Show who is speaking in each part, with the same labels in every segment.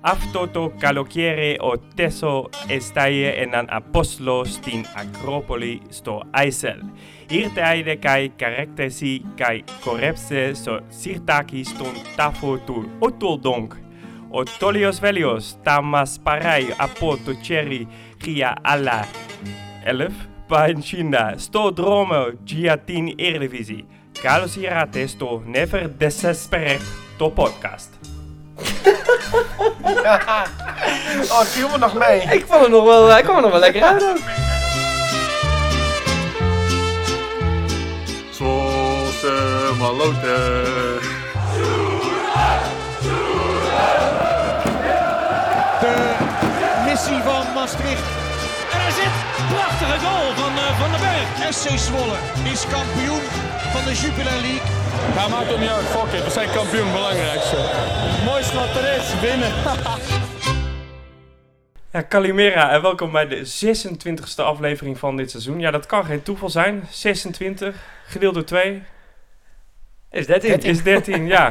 Speaker 1: Αυτό το καλοκαίρι ο Τέσο εστάει έναν απόστολο στην Ακρόπολη στο Άισελ. Ήρθε αίδε καί καρέκτεση καί κορέψε στο σιρτάκι στον τάφο του Οτολδόγκ. Ο Τόλιος Βέλιος τα μας παράει από το τσέρι χρία άλλα ελεφ παντσίνα στο δρόμο για την Eredivisie. Καλώς ήρθατε στο Never Desesperate το podcast.
Speaker 2: Oh, het viel me nog mee.
Speaker 3: Ik vond hem nog wel, hij kwam er nog wel lekker uit ook.
Speaker 4: Zwolse Malote.
Speaker 5: missie van Maastricht. En hij zit. Prachtige goal van eh, Van den Berg. SC Zwolle is kampioen van de Jupiler League.
Speaker 6: Ja, maakt het niet uit, fuck it. We zijn kampioen, belangrijkste. Mooiste wat er is, winnen.
Speaker 1: Ja, Calimera en welkom bij de 26e aflevering van dit seizoen. Ja, dat kan geen toeval zijn. 26 gedeeld door 2
Speaker 3: Is dat
Speaker 1: Het
Speaker 3: het?
Speaker 1: is 13, ja.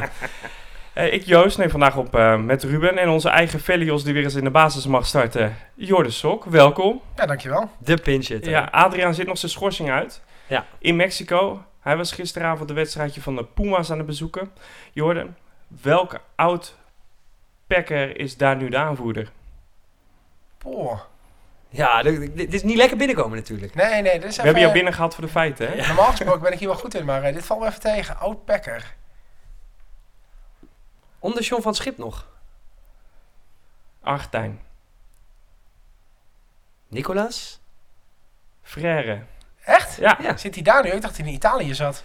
Speaker 1: Eh, ik, Joost, neem vandaag op eh, met Ruben en onze eigen Velios die weer eens in de basis mag starten. Jorde Sok, welkom.
Speaker 2: Ja, dankjewel.
Speaker 3: De pinch hitter.
Speaker 1: Ja, Adriaan zit nog zijn schorsing uit.
Speaker 3: Ja.
Speaker 1: In Mexico. Hij was gisteravond de wedstrijdje van de Puma's aan het bezoeken. Jorde, welke oud packer is daar nu de aanvoerder?
Speaker 2: Poh.
Speaker 3: Ja, dit dit is niet lekker binnenkomen natuurlijk.
Speaker 2: Nee, nee, dit is
Speaker 1: We
Speaker 2: even...
Speaker 1: hebben jou binnen gehad voor de feiten, hè?
Speaker 2: Normaal gesproken ben ik hier wel goed in, maar eh, dit valt me even tegen. Oud Packer.
Speaker 3: Onder John van Schip nog.
Speaker 1: Argentijn.
Speaker 3: Nicolaas?
Speaker 1: Frère.
Speaker 2: Echt?
Speaker 1: Ja.
Speaker 3: Ja.
Speaker 2: Zit hij daar nu? Ik dacht dat hij in Italië zat.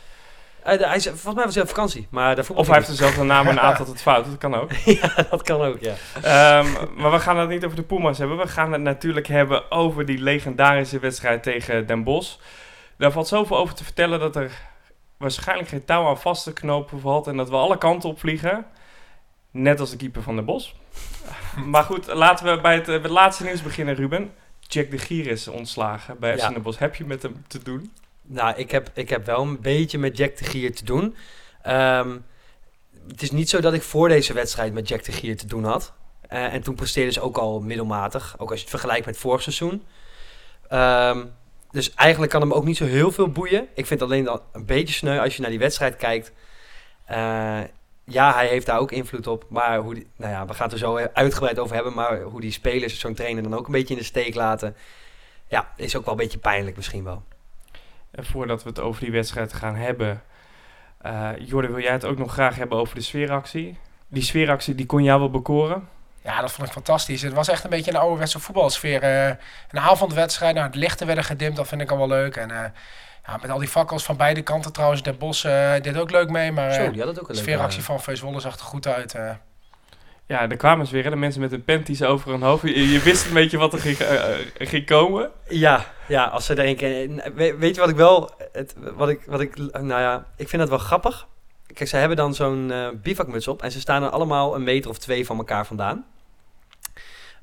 Speaker 3: Eh, de- hij is, volgens mij was hij op vakantie, maar daarvoor...
Speaker 1: Of hij heeft dezelfde naam en aantal tot fout. Dat kan ook.
Speaker 3: dat kan ook, ja.
Speaker 1: Ehm, maar we gaan het niet over de Puma's hebben. We gaan het natuurlijk hebben over die legendarische wedstrijd tegen Den Bosch. Daar valt zoveel over te vertellen dat er waarschijnlijk geen touw aan vast te knopen valt. En dat we alle kanten op vliegen. Net als de keeper van Den Bosch. maar goed, laten we bij het, eh, bij het laatste nieuws beginnen, Ruben. Jack de Gier is ontslagen bij FC
Speaker 3: Ja.
Speaker 1: Den Bosch. Heb je met hem te doen?
Speaker 3: Nou, ik heb, ik heb wel een beetje met Jack de Gier te doen. Ehm, het is niet zo dat ik voor deze wedstrijd met Jack de Gier te doen had. Eh, en toen presteerde ze ook al middelmatig. Ook als je het vergelijkt met vorig seizoen. Ehm, dus eigenlijk kan hem ook niet zo heel veel boeien. Ik vind het alleen dan een beetje sneu als je naar die wedstrijd kijkt. Eh, ja, hij heeft daar ook invloed op. Maar hoe die- nou ja, we gaan het er zo uitgebreid over hebben. Maar hoe die spelers zo'n trainer dan ook een beetje in de steek laten. Ja, is ook wel een beetje pijnlijk misschien wel.
Speaker 1: En voordat we het over die wedstrijd gaan hebben. eh Jordi, wil jij het ook nog graag hebben over de sfeeractie? Die sfeeractie die kon jou wel bekoren.
Speaker 2: Ja, dat vond ik fantastisch. Het was echt een beetje een ouderwetse voetbalsfeer. eh, een avondwedstrijd, nou, het lichten werden gedimd, dat vind ik al wel leuk. En eh, ja, met al die fakkels van beide kanten trouwens. Den Bosch eh, deed ook leuk mee, maar eh,
Speaker 3: Zo, die had het ook een
Speaker 2: de
Speaker 3: leuke
Speaker 2: sfeeractie van Vees Wolle zag er goed uit. eh.
Speaker 1: Ja, er kwamen ze weer, hè? de mensen met hun panties over hun hoofd. Je, je wist een beetje wat er ging, eh, eh, ging komen.
Speaker 3: Ja, ja, als ze er een keer... Weet, weet je wat ik wel... Het, wat ik, wat ik, nou ja, ik vind dat wel grappig. Kijk, ze hebben dan zo'n eh bivakmuts op en ze staan er allemaal een meter of twee van elkaar vandaan.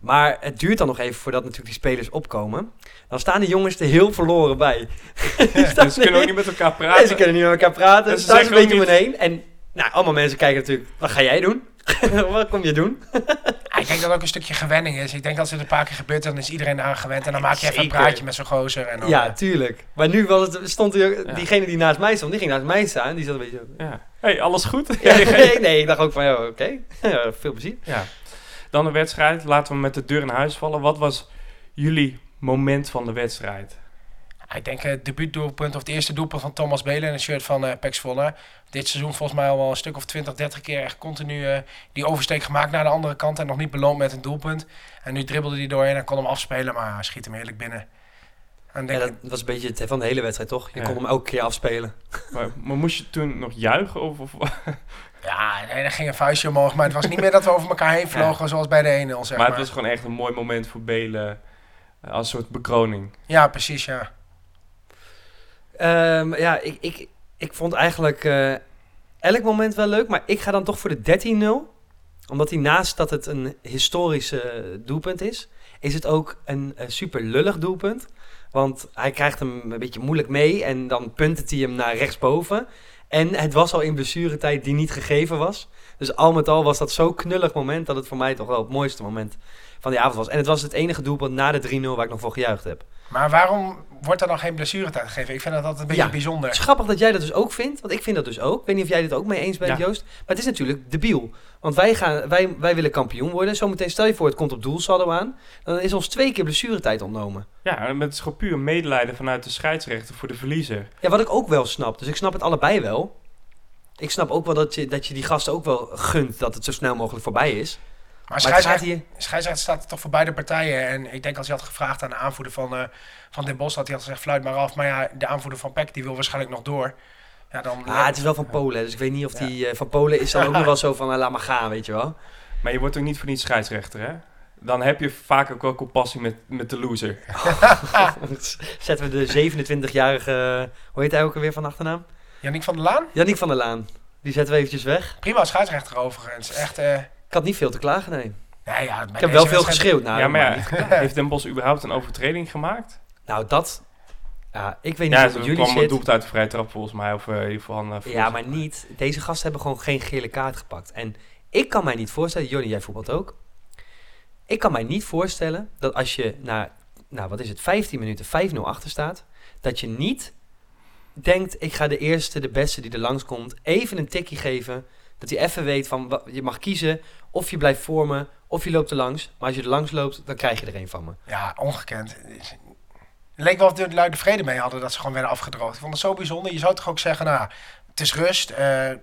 Speaker 3: Maar het duurt dan nog even voordat natuurlijk die spelers opkomen. Dan staan de jongens er heel verloren bij. Die staan
Speaker 1: Dus ze kunnen ook
Speaker 3: er-
Speaker 1: niet met elkaar
Speaker 3: Nee, ze
Speaker 1: praten.
Speaker 3: kunnen niet met elkaar praten.
Speaker 1: En
Speaker 3: Ze
Speaker 1: ze
Speaker 3: staan een
Speaker 1: zeggen ook
Speaker 3: beetje om hen heen. En nou, allemaal mensen kijken natuurlijk, wat ga jij doen? wat kom je doen?
Speaker 2: Ah, ik denk dat het ook een stukje gewenning is. Ik denk dat als dit een paar keer gebeurt, dan is iedereen eraan gewend. En dan maak je even een
Speaker 3: Zeker.
Speaker 2: praatje met zo'n gozer. En dan, eh,
Speaker 3: Ja, tuurlijk. Maar nu was het, stond die,
Speaker 1: Ja.
Speaker 3: diegene die naast mij stond, die ging naast mij staan. Die zat een beetje... zo-
Speaker 1: Ja. hey, alles goed?
Speaker 3: Ja, nee, nee, ik dacht ook van, ja, oké, Ja, veel plezier.
Speaker 1: Ja. Dan de wedstrijd. Laten we met de deur in huis vallen. Wat was jullie moment van de wedstrijd?
Speaker 2: Ik denk eh, het debuutdoelpunt of het eerste doelpunt van Thomas Belen in een shirt van eh Pax Volle. Dit seizoen volgens mij al wel een stuk of 20, 30 keer echt continu eh, die oversteek gemaakt naar de andere kant en nog niet beloond met een doelpunt. En nu dribbelde hij doorheen en kon hem afspelen, maar hij schiet hem heerlijk binnen. En
Speaker 3: Ja,
Speaker 2: denk
Speaker 3: dat was een beetje het van de hele wedstrijd, toch? Je
Speaker 1: Ja.
Speaker 3: kon hem elke keer afspelen.
Speaker 1: Maar, maar moest je toen nog juichen? Of, of...
Speaker 2: ja, nee, er ging een vuistje omhoog, maar het was niet meer dat we over elkaar heen vlogen zoals bij de 1-0, zeg
Speaker 1: Maar
Speaker 2: maar.
Speaker 1: het was gewoon echt een mooi moment voor Belen. eh, Als soort bekroning.
Speaker 2: Ja, precies, ja.
Speaker 3: Ehm, ja, ik, ik, ik vond eigenlijk eh, elk moment wel leuk, maar ik ga dan toch voor de 13-0. Omdat hij naast dat het een historisch eh, doelpunt is, is het ook een eh, super lullig doelpunt. Want hij krijgt hem een beetje moeilijk mee en dan puntet hij hem naar rechtsboven. En het was al in blessuretijd die niet gegeven was. Dus al met al was dat zo'n knullig moment dat het voor mij toch wel het mooiste moment van die avond was. En het was het enige doelpunt na de 3-0 waar ik nog voor gejuicht heb.
Speaker 2: Maar waarom wordt er dan geen blessuretijd gegeven? Ik vind dat altijd een beetje
Speaker 3: Ja.
Speaker 2: bijzonder.
Speaker 3: Het is grappig dat jij dat dus ook vindt, want ik vind dat dus ook. Ik weet niet of jij dit ook mee eens bent,
Speaker 1: Ja.
Speaker 3: Joost. Maar het is natuurlijk debiel. Want wij, gaan, wij, wij willen kampioen worden. Zometeen stel je voor, het komt op doelsaldo aan. Dan is ons twee keer blessuretijd ontnomen.
Speaker 1: Ja, en het is gewoon puur medelijden vanuit de scheidsrechter voor de verliezer.
Speaker 3: Ja, wat ik ook wel snap. Dus ik snap het allebei wel. Ik snap ook wel dat je, dat je die gasten ook wel gunt dat het zo snel mogelijk voorbij is.
Speaker 2: Maar
Speaker 3: Maar het gaat
Speaker 2: scheidsrechter,
Speaker 3: hier...
Speaker 2: scheidsrechter staat er toch voor beide partijen. En ik denk als hij had gevraagd aan de aanvoerder van, eh, van Den Bosch, had hij had gezegd fluit maar af. Maar ja, de aanvoerder van Peck die wil waarschijnlijk nog door. Ja, dan,
Speaker 3: Ah, het is wel van Polen, dus ik weet niet of
Speaker 2: Ja.
Speaker 3: die eh, van Polen is dan ook nog wel zo van, eh, laat maar gaan, weet je wel.
Speaker 1: Maar je wordt ook niet voor niets scheidsrechter, hè? Dan heb je vaak ook wel compassie met, met de loser.
Speaker 3: Zetten we de 27-jarige, hoe heet hij ook alweer van achternaam?
Speaker 2: Yannick van der Laan?
Speaker 3: Yannick van der Laan. Die zetten we eventjes weg.
Speaker 2: Prima scheidsrechter overigens. Echt, eh,
Speaker 3: Ik had niet veel te klagen, nee.
Speaker 2: nou ja,
Speaker 3: Ik heb wel veel
Speaker 2: geschreven.
Speaker 3: geschreeuwd naar
Speaker 1: ja,
Speaker 3: hem,
Speaker 1: maar
Speaker 3: niet.
Speaker 1: ja, heeft Den Bos überhaupt een overtreding gemaakt?
Speaker 3: Nou, dat... Ja, ik weet niet
Speaker 1: Ja, er
Speaker 3: of het
Speaker 1: kwam
Speaker 3: jullie
Speaker 1: een
Speaker 3: zit.
Speaker 1: doelpunt uit de vrije trap volgens mij. Of eh, in ieder geval... eh,
Speaker 3: Ja, maar niet. Deze gasten hebben gewoon geen gele kaart gepakt. En ik kan mij niet voorstellen, Johnny, jij voetbalt ook. Ik kan mij niet voorstellen dat als je na, nou wat is het, 15 minuten 5-0 achter staat, dat je niet denkt, ik ga de eerste, de beste die er langskomt, even een tikje geven. Dat hij even weet van, wa- je mag kiezen of je blijft voor me, of je loopt er langs. Maar als je er langs loopt, dan krijg je er een van me.
Speaker 2: Ja, ongekend. Het leek wel of de lui er vrede mee hadden dat ze gewoon werden afgedroogd. Ik vond het zo bijzonder. Je zou toch ook zeggen, nou, het is rust. eh,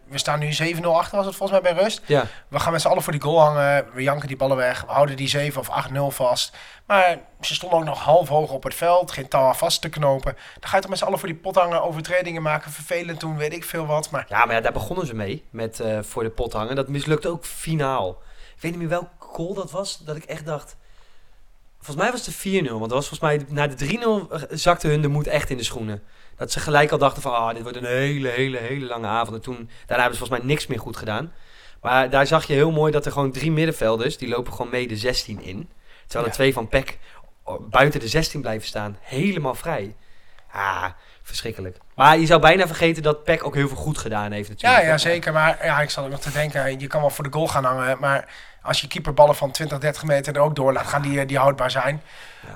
Speaker 2: we staan nu 7-0 achter, was het volgens mij bij rust.
Speaker 3: Ja,
Speaker 2: We gaan met z'n allen voor die goal hangen. We janken die ballen weg. We houden die 7 of 8-0 vast. Maar ze stonden ook nog half hoog op het veld. Geen touw aan vast te knopen. Dan ga je toch met z'n allen voor die pot hangen. Overtredingen maken. Vervelend toen weet ik veel wat. Maar
Speaker 3: ja maar ja, daar begonnen ze mee, met eh, voor de pot hangen. Dat mislukte ook finaal. Ik weet niet meer welk goal dat was, dat ik echt dacht... Volgens mij was het de 4-0, want dat was volgens mij na de 3-0 zakte hun de moed echt in de schoenen. Dat ze gelijk al dachten van, ah, dit wordt een hele, hele, hele lange avond. En toen, daarna hebben ze volgens mij niks meer goed gedaan. Maar daar zag je heel mooi dat er gewoon drie middenvelders, die lopen gewoon mee de 16 in. Terwijl
Speaker 2: Ja.
Speaker 3: er twee van PEC buiten de 16 blijven staan, helemaal vrij. Ah, verschrikkelijk. Maar je zou bijna vergeten dat PEC ook heel veel goed gedaan heeft
Speaker 2: ja,
Speaker 3: natuurlijk.
Speaker 2: ja, zeker. Maar ja, ik zat ook nog te denken. Je kan wel voor de goal gaan hangen. Maar als je keeperballen van 20, 30 meter er ook door laat gaan, die, eh, die houdbaar zijn.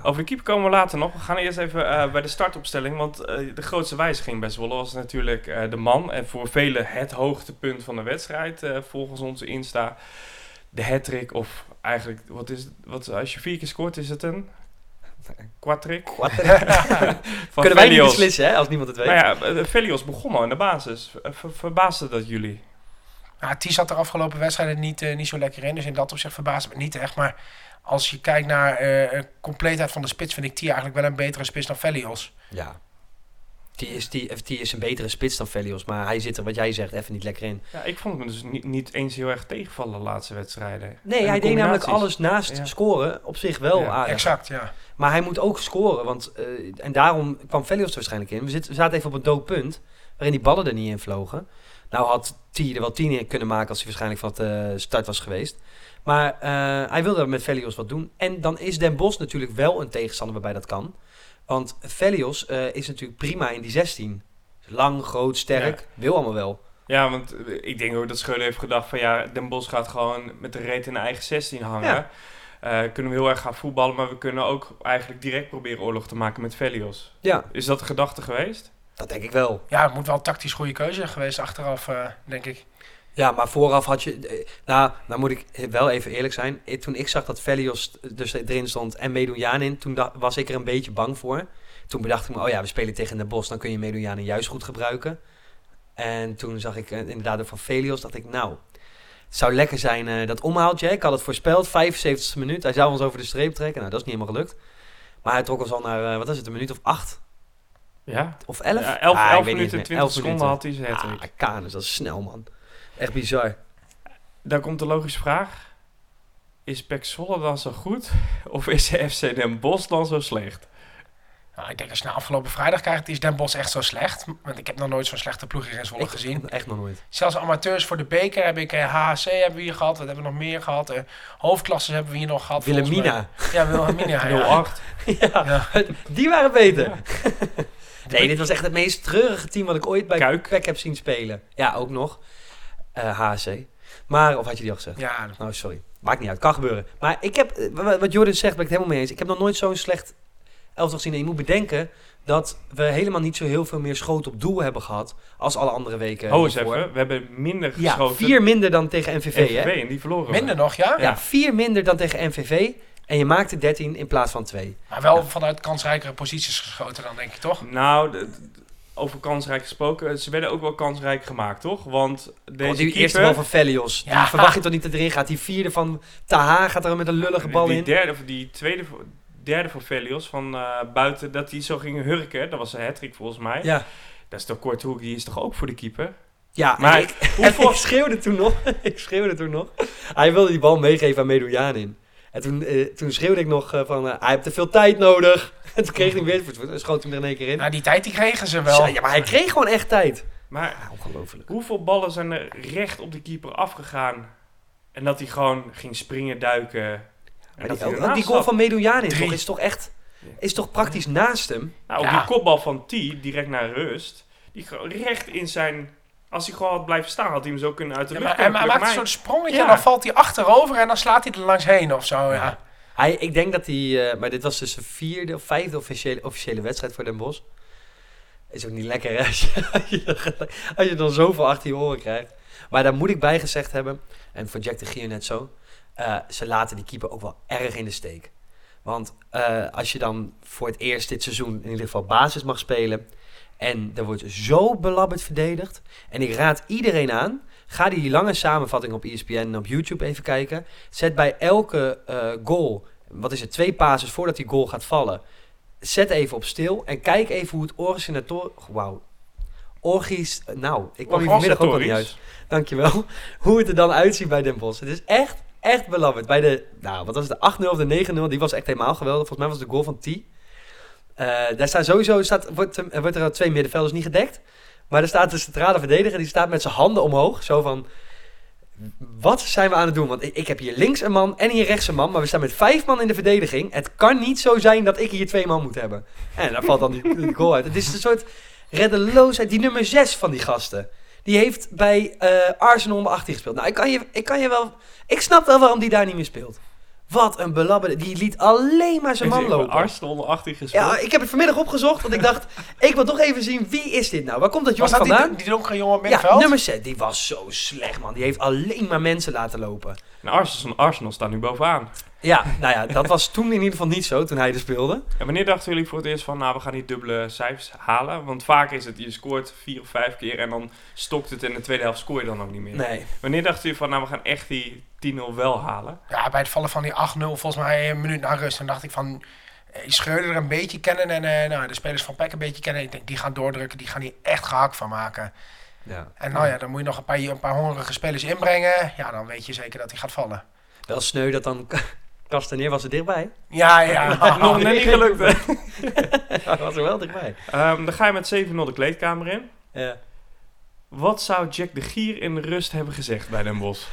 Speaker 1: Over de keeper komen we later nog. We gaan eerst even eh, bij de startopstelling. Want eh, de grootste wijziging bij Zwolle was natuurlijk eh, de man. En voor velen het hoogtepunt van de wedstrijd. eh, volgens onze Insta. De hattrick Of eigenlijk, wat is, het- wat, als je vier keer scoort, is het een... Quattrick?
Speaker 3: Wat?
Speaker 1: Van
Speaker 3: Kunnen wij niet
Speaker 1: Velios.
Speaker 3: beslissen, hè, als niemand het weet.
Speaker 1: Nou ja, eh, Velios begon al in de basis. Eh, ver- verbaasde dat jullie?
Speaker 2: Nou, T zat er afgelopen wedstrijden niet, eh, niet zo lekker in. Dus in dat opzicht verbaast het me niet echt. Maar als je kijkt naar eh compleetheid van de spits, vind ik T eigenlijk wel een betere spits dan Velios.
Speaker 3: Ja. Die is, die, of die is een betere spits dan Velios, maar hij zit er, wat jij zegt, even niet lekker in.
Speaker 1: Ja, ik vond hem dus niet, niet eens heel erg tegenvallen de laatste wedstrijden. En
Speaker 3: Nee,
Speaker 1: de
Speaker 3: hij deed namelijk
Speaker 1: combinaties.
Speaker 3: alles naast
Speaker 1: Ja.
Speaker 3: scoren op zich wel
Speaker 1: Ja,
Speaker 3: aardig.
Speaker 2: Exact, ja.
Speaker 3: Maar hij moet ook scoren, want eh, en daarom kwam Velios er waarschijnlijk in. We, zitten- we zaten even op een dood punt, waarin die ballen er niet in vlogen. Nou had T er wel tien in kunnen maken als hij waarschijnlijk van de start was geweest. Maar eh, hij wilde met Velios wat doen. En dan is Den Bos natuurlijk wel een tegenstander waarbij dat kan. Want Velios eh, is natuurlijk prima in die 16. Lang, groot, sterk, wil allemaal wel.
Speaker 1: Ja, want eh, ik denk ook dat Scheulen heeft gedacht van ja, Den Bosch gaat gewoon met de reet in de eigen 16 hangen.
Speaker 3: Ja.
Speaker 1: Eh, kunnen we heel erg gaan voetballen, maar we kunnen ook eigenlijk direct proberen oorlog te maken met Velios.
Speaker 3: Ja,
Speaker 1: Is dat de gedachte geweest?
Speaker 3: dat denk ik wel.
Speaker 2: Ja, het moet wel een tactisch goede keuze geweest achteraf, eh, denk ik.
Speaker 3: Ja, maar vooraf had je. eh, Nou, nou moet ik wel even eerlijk zijn. Eh, Toen ik zag dat Velios dus erin stond en Medoujaan in, toen da- was ik er een beetje bang voor. Toen bedacht ik me, oh ja, we spelen tegen Den Bos, dan kun je Medoujaan juist goed gebruiken. En toen zag ik eh, inderdaad ook van Velios, dacht ik, nou, het zou lekker zijn eh, dat omhaaltje. Ik had het voorspeld, 75 e minuut. Hij zou ons over de streep trekken. Nou, dat is niet helemaal gelukt. Maar hij trok ons al naar, eh, wat is het, een minuut of acht
Speaker 1: Ja.
Speaker 3: of elf?
Speaker 1: Ja,
Speaker 3: Ah,
Speaker 1: 11
Speaker 3: ik weet
Speaker 1: minuten
Speaker 3: niet
Speaker 1: en
Speaker 3: meer.
Speaker 1: 20
Speaker 3: Elf
Speaker 1: seconden
Speaker 3: minuten.
Speaker 1: had hij zijn hat-trick.
Speaker 3: Ah, Kanus, dat is snel, man. Echt bizar.
Speaker 1: Daar komt de logische vraag. Is Pek Zwolle dan zo goed? Of is FC Den Bosch dan zo slecht?
Speaker 2: Nou, ik denk als je na afgelopen vrijdag kijkt, is Den Bosch echt zo slecht. Want ik heb nog nooit zo'n slechte ploeg hier in Zwolle
Speaker 3: Ik-
Speaker 2: gezien.
Speaker 3: Echt nog nooit.
Speaker 2: Zelfs amateurs voor de beker heb ik, eh, HHC hebben we hier gehad. Wat hebben we nog meer gehad? eh hoofdklassen hebben we hier nog gehad. volgens mij.
Speaker 3: Willemina.
Speaker 2: Ja, Wilhelmina. ja.
Speaker 1: 08.
Speaker 3: Ja,
Speaker 2: Ja.
Speaker 3: die waren beter. Nee, dit was echt het meest treurige team wat ik ooit bij
Speaker 1: Kuik.
Speaker 3: Kwek heb zien spelen. Ja, ook nog. Eh HC. Maar, of had je die al gezegd?
Speaker 2: Ja, dat-
Speaker 3: Oh, sorry. Maakt niet uit. Kan gebeuren. Maar ik heb, eh, wa- wat Jordan zegt, ben ik het helemaal mee eens. Ik heb nog nooit zo'n slecht elftal gezien. En je moet bedenken dat we helemaal niet zo heel veel meer schoten op doel hebben gehad. als alle andere weken.
Speaker 1: Ho eens
Speaker 3: hiervoor.
Speaker 1: even, we hebben minder
Speaker 3: Ja,
Speaker 1: geschoten.
Speaker 3: vier minder dan tegen MVV,
Speaker 1: NVV,
Speaker 3: hè?
Speaker 1: en die verloren
Speaker 2: minder
Speaker 1: we.
Speaker 2: nog, ja?
Speaker 3: Ja, vier minder dan tegen MVV. En je maakte 13 in plaats van 2.
Speaker 2: Maar wel vanuit kansrijkere posities geschoten dan, denk ik, toch?
Speaker 1: Nou, d- d- over kansrijk gesproken. eh, Ze werden ook wel kansrijk gemaakt, toch? Want deze
Speaker 3: Want Oh, die
Speaker 1: keeper,
Speaker 3: eerste bal van Velios.
Speaker 2: Ja.
Speaker 3: Die verwacht je toch niet dat erin gaat. Die vierde van Taha gaat er met een lullige bal
Speaker 1: die
Speaker 3: in.
Speaker 1: Derde, of die tweede, voor- derde voor Velios van eh, buiten, dat die zo ging hurken. Dat was een hat volgens mij.
Speaker 3: Ja,
Speaker 1: Dat is toch kort hoek, die is toch ook voor de keeper?
Speaker 3: ja en
Speaker 1: Maar
Speaker 3: ik,
Speaker 1: hoeveel-
Speaker 3: en ik schreeuwde toen nog. ik schreeuwde toen nog. Hij wilde die bal meegeven aan Medojanin. En toen, eh, toen schreeuwde ik nog eh, van, eh, hij heeft te veel tijd nodig. En toen kreeg hij hem weer voor het voet en schoot hij hem er in één keer in.
Speaker 2: Nou, die tijd die kregen ze wel.
Speaker 3: Ja, maar hij kreeg gewoon echt tijd.
Speaker 1: Maar
Speaker 3: Ja, ongelooflijk.
Speaker 1: hoeveel ballen zijn er recht op de keeper afgegaan? En dat hij gewoon ging springen, duiken. En dat
Speaker 3: Maar die,
Speaker 1: hij
Speaker 3: ook, ook
Speaker 1: ernaast
Speaker 3: die goal
Speaker 1: zat.
Speaker 3: van Medojanin
Speaker 1: Drie.
Speaker 3: toch, is toch echt... Is toch praktisch naast hem?
Speaker 1: Nou, ook
Speaker 2: Ja.
Speaker 1: die kopbal van T, direct naar rust. Die gewoon recht in zijn... Als hij gewoon had blijven staan, had hij hem zo kunnen uit de
Speaker 2: Ja,
Speaker 1: lucht
Speaker 2: maar hij,
Speaker 1: kunnen
Speaker 2: hij
Speaker 1: plukken.
Speaker 2: maakt een soort sprongetje
Speaker 1: Ja.
Speaker 2: en dan valt hij achterover en dan slaat hij er langs heen of zo. Oh, Ja.
Speaker 3: Hij, ik denk dat hij, eh, maar dit was dus de vierde of vijfde officiële, officiële wedstrijd voor Den Bosch. Is ook niet lekker hè, als je, als je, dan gelijk- als je dan zoveel achter je oren krijgt. Maar daar moet ik bij gezegd hebben, en voor Jack de Gier net zo, eh, ze laten die keeper ook wel erg in de steek. Want eh, als je dan voor het eerst dit seizoen in ieder geval basis mag spelen, en er wordt zo belabberd verdedigd, en ik raad iedereen aan, ga die lange samenvatting op E ESPN en op YouTube even kijken. Zet bij elke eh, goal, wat is het, twee pases voordat die goal gaat vallen. Zet even op stil en kijk even hoe het originator... Wauw. Orgis... Nou, ik kwam hier vanmiddag ook al niet uit. Dankjewel. Hoe het er dan uitziet bij Den Bosch. Het is echt, echt belabberd. Bij de, nou, wat was het, de 8-0 of de 9-0, die was echt helemaal geweldig. Volgens mij was het de goal van T. Eh, daar staat sowieso, staat, wordt, eh, wordt er aan twee middenvelders niet gedekt. Maar er staat de centrale verdediger, die staat met zijn handen omhoog. Zo van, wat zijn we aan het doen? Want ik, ik heb hier links een man en hier rechts een man. Maar we staan met vijf man in de verdediging. Het kan niet zo zijn dat ik hier twee man moet hebben. En daar valt dan die, die goal uit. Het is een soort reddeloosheid. Die nummer zes van die gasten. Die heeft bij eh, Arsenal onder 18 gespeeld. Nou, ik kan, je, ik kan je wel... Ik snap wel waarom die daar niet meer speelt. Wat een belabberde... Die liet alleen maar zijn man lopen.
Speaker 1: Arsenal onder 18 gespeeld.
Speaker 3: Ja, ik heb het vanmiddag opgezocht. Want ik dacht, ik wil toch even zien wie is dit nou? Waar komt dat
Speaker 2: Was
Speaker 3: jongen
Speaker 2: dat
Speaker 3: vandaan?
Speaker 2: die, die donkere jongen op
Speaker 3: Ja,
Speaker 2: middenveld?
Speaker 3: nummer 6. Die was zo slecht, man. Die heeft alleen maar mensen laten lopen.
Speaker 1: En Nou, Arsenal, Arsenal staat nu bovenaan.
Speaker 3: Ja, nou ja, dat was toen in ieder geval niet zo, toen hij er speelde.
Speaker 1: En wanneer dachten jullie voor het eerst van, nou, we gaan die dubbele cijfers halen? Want vaak is het, je scoort vier of vijf keer en dan stokt het en de tweede helft scoor je dan ook niet meer.
Speaker 3: Nee.
Speaker 1: Wanneer dachten jullie van, nou, we gaan echt die 10-0 wel halen?
Speaker 2: Ja, bij het vallen van die 8-0, volgens mij eh, een minuut na rust, en dacht ik van... eh, Ik scheurde er een beetje kennen en eh, nou, de spelers van Peck een beetje kennen. Ik denk, die gaan doordrukken, die gaan hier echt gehakt van maken.
Speaker 3: Ja.
Speaker 2: En nou ja, dan moet je nog een paar, een paar hongerige spelers inbrengen. Ja, dan weet je zeker dat hij gaat vallen.
Speaker 3: Wel sneu dat dan Castaneer was er dichtbij.
Speaker 2: Ja, ja.
Speaker 1: Ah, Nog net niet gelukt, hè?
Speaker 3: Hij was er wel dichtbij.
Speaker 1: Ehm, dan ga je met 7-0 de kleedkamer in.
Speaker 3: Ja.
Speaker 1: Wat zou Jack de Gier in de rust hebben gezegd bij Den Bosch?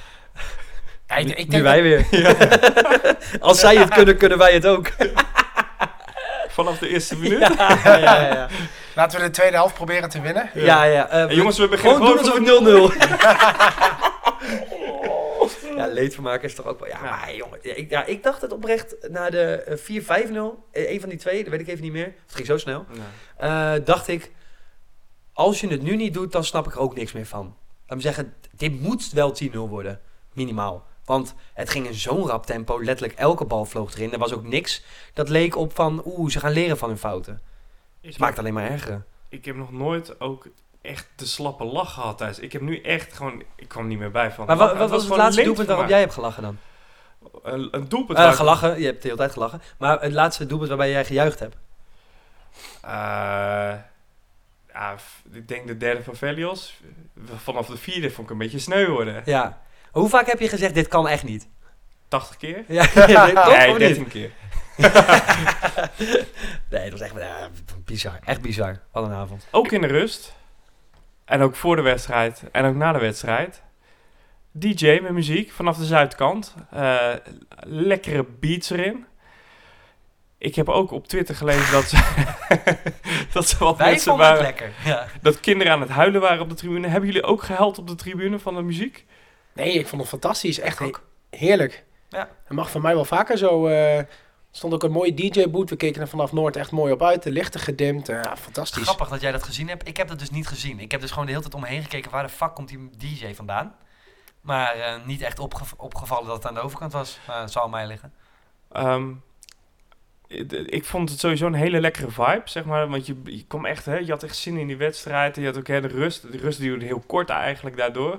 Speaker 2: Ja, ik, ik
Speaker 3: nu
Speaker 2: denk
Speaker 3: wij weer. Als zij het kunnen, kunnen wij het ook.
Speaker 1: Vanaf de eerste minuut?
Speaker 3: Ja, ja, ja. ja.
Speaker 2: dat- laten we de tweede helft proberen te winnen.
Speaker 3: ja, ja. Eh,
Speaker 1: En jongens, we beginnen
Speaker 3: gewoon doen
Speaker 1: gewoon,
Speaker 3: alsof het 0-0. Ja, leedvermaken is toch ook wel... Ja, maar jongen. ja, ik, ja, ik dacht het oprecht na de eh, 4-5-0. eh, Een van die twee, dat weet ik even niet meer. Het ging zo snel.
Speaker 1: Nee.
Speaker 3: Eh, dacht ik, als je het nu niet doet, dan snap ik er ook niks meer van. Laat me zeggen, dit moet wel 10-0 worden, minimaal. Want het ging in zo'n rap tempo, letterlijk elke bal vloog erin. Er was ook niks dat leek op van, oeh, ze gaan leren van hun fouten.
Speaker 1: Is
Speaker 3: Het maakt het alleen maar erger.
Speaker 1: Ik heb nog nooit ook echt de slappe lach gehad thuis. Ik heb nu echt gewoon... Ik kwam niet meer bij van...
Speaker 3: Maar
Speaker 1: lachen.
Speaker 3: wat, wat was het
Speaker 1: gewoon
Speaker 3: laatste doelpunt
Speaker 1: leedvermaak.
Speaker 3: waarop jij hebt gelachen dan?
Speaker 1: Een, een doelpunt
Speaker 3: Eh,
Speaker 1: waar ik-
Speaker 3: gelachen, je hebt de hele tijd gelachen. Maar het laatste doelpunt waarbij jij gejuicht hebt.
Speaker 1: Eh, ja, f- ik denk de derde van Velios. Vanaf de vierde vond ik een beetje sneu worden.
Speaker 3: Ja. Hoe vaak heb je gezegd, dit kan echt niet?
Speaker 1: 80 keer?
Speaker 3: Ja, toch,
Speaker 1: nee,
Speaker 3: of niet?
Speaker 1: 13 keer.
Speaker 3: Nee, dat was echt eh, bizar. Echt bizar. Wat een avond.
Speaker 1: Ook in de rust. En ook voor de wedstrijd. En ook na de wedstrijd. DJ met muziek vanaf de zuidkant. Eh, lekkere beats erin. Ik heb ook op Twitter gelezen dat ze, dat ze wat
Speaker 7: Wij
Speaker 1: mensen
Speaker 7: vonden het
Speaker 1: waren.
Speaker 7: lekker. Ja.
Speaker 1: Dat kinderen aan het huilen waren op de tribune. Hebben jullie ook gehuild op de tribune van de muziek?
Speaker 2: Nee, ik vond het fantastisch. Echt
Speaker 7: ook.
Speaker 2: he- heerlijk.
Speaker 7: Ja.
Speaker 2: Het mag van mij wel vaker zo. eh, Er stond ook een mooie DJ-boot. We keken er vanaf Noord echt mooi op uit. De lichten gedimd. Eh, ja, fantastisch.
Speaker 7: Grappig dat jij dat gezien hebt. Ik heb dat dus niet gezien. Ik heb dus gewoon de hele tijd omheen gekeken. Waar de fuck komt die DJ vandaan? Maar eh, niet echt opge- opgevallen dat het aan de overkant was. Maar het zal aan mij liggen.
Speaker 1: Ehm, het- het- ik vond het sowieso een hele lekkere vibe, zeg maar. Want je, je, kwam echt, hè, je had echt zin in die wedstrijd. En je had ook hè, de rust. De rust duurde heel kort eigenlijk daardoor.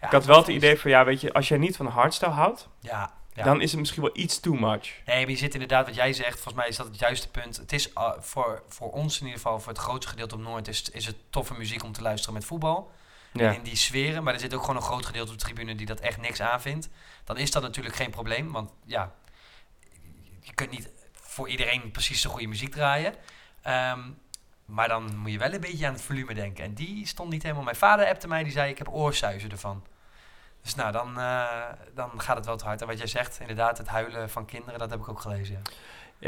Speaker 7: Ja,
Speaker 1: ik had wel het idee van, ja, weet je, als jij niet van hardstyle houdt,
Speaker 7: Ja. ja.
Speaker 1: dan is het misschien wel iets too much.
Speaker 7: Nee, maar je zit inderdaad, wat jij zegt, volgens mij is dat het juiste punt. Het is ah, voor, voor ons in ieder geval, voor het grootste gedeelte op Noord, is, is het toffe muziek om te luisteren met voetbal.
Speaker 1: Ja.
Speaker 7: In die sferen, maar er zit ook gewoon een groot gedeelte op de tribune die dat echt niks aanvindt. Dan is dat natuurlijk geen probleem, want ja, je kunt niet voor iedereen precies de goede muziek draaien. Ehm, maar dan moet je wel een beetje aan het volume denken. En die stond niet helemaal. Mijn vader appte mij, die zei ik heb oorsuizen ervan. Dus nou, dan, eh, dan gaat het wel te hard. En wat jij zegt, inderdaad, het huilen van kinderen, dat heb ik ook gelezen. ja.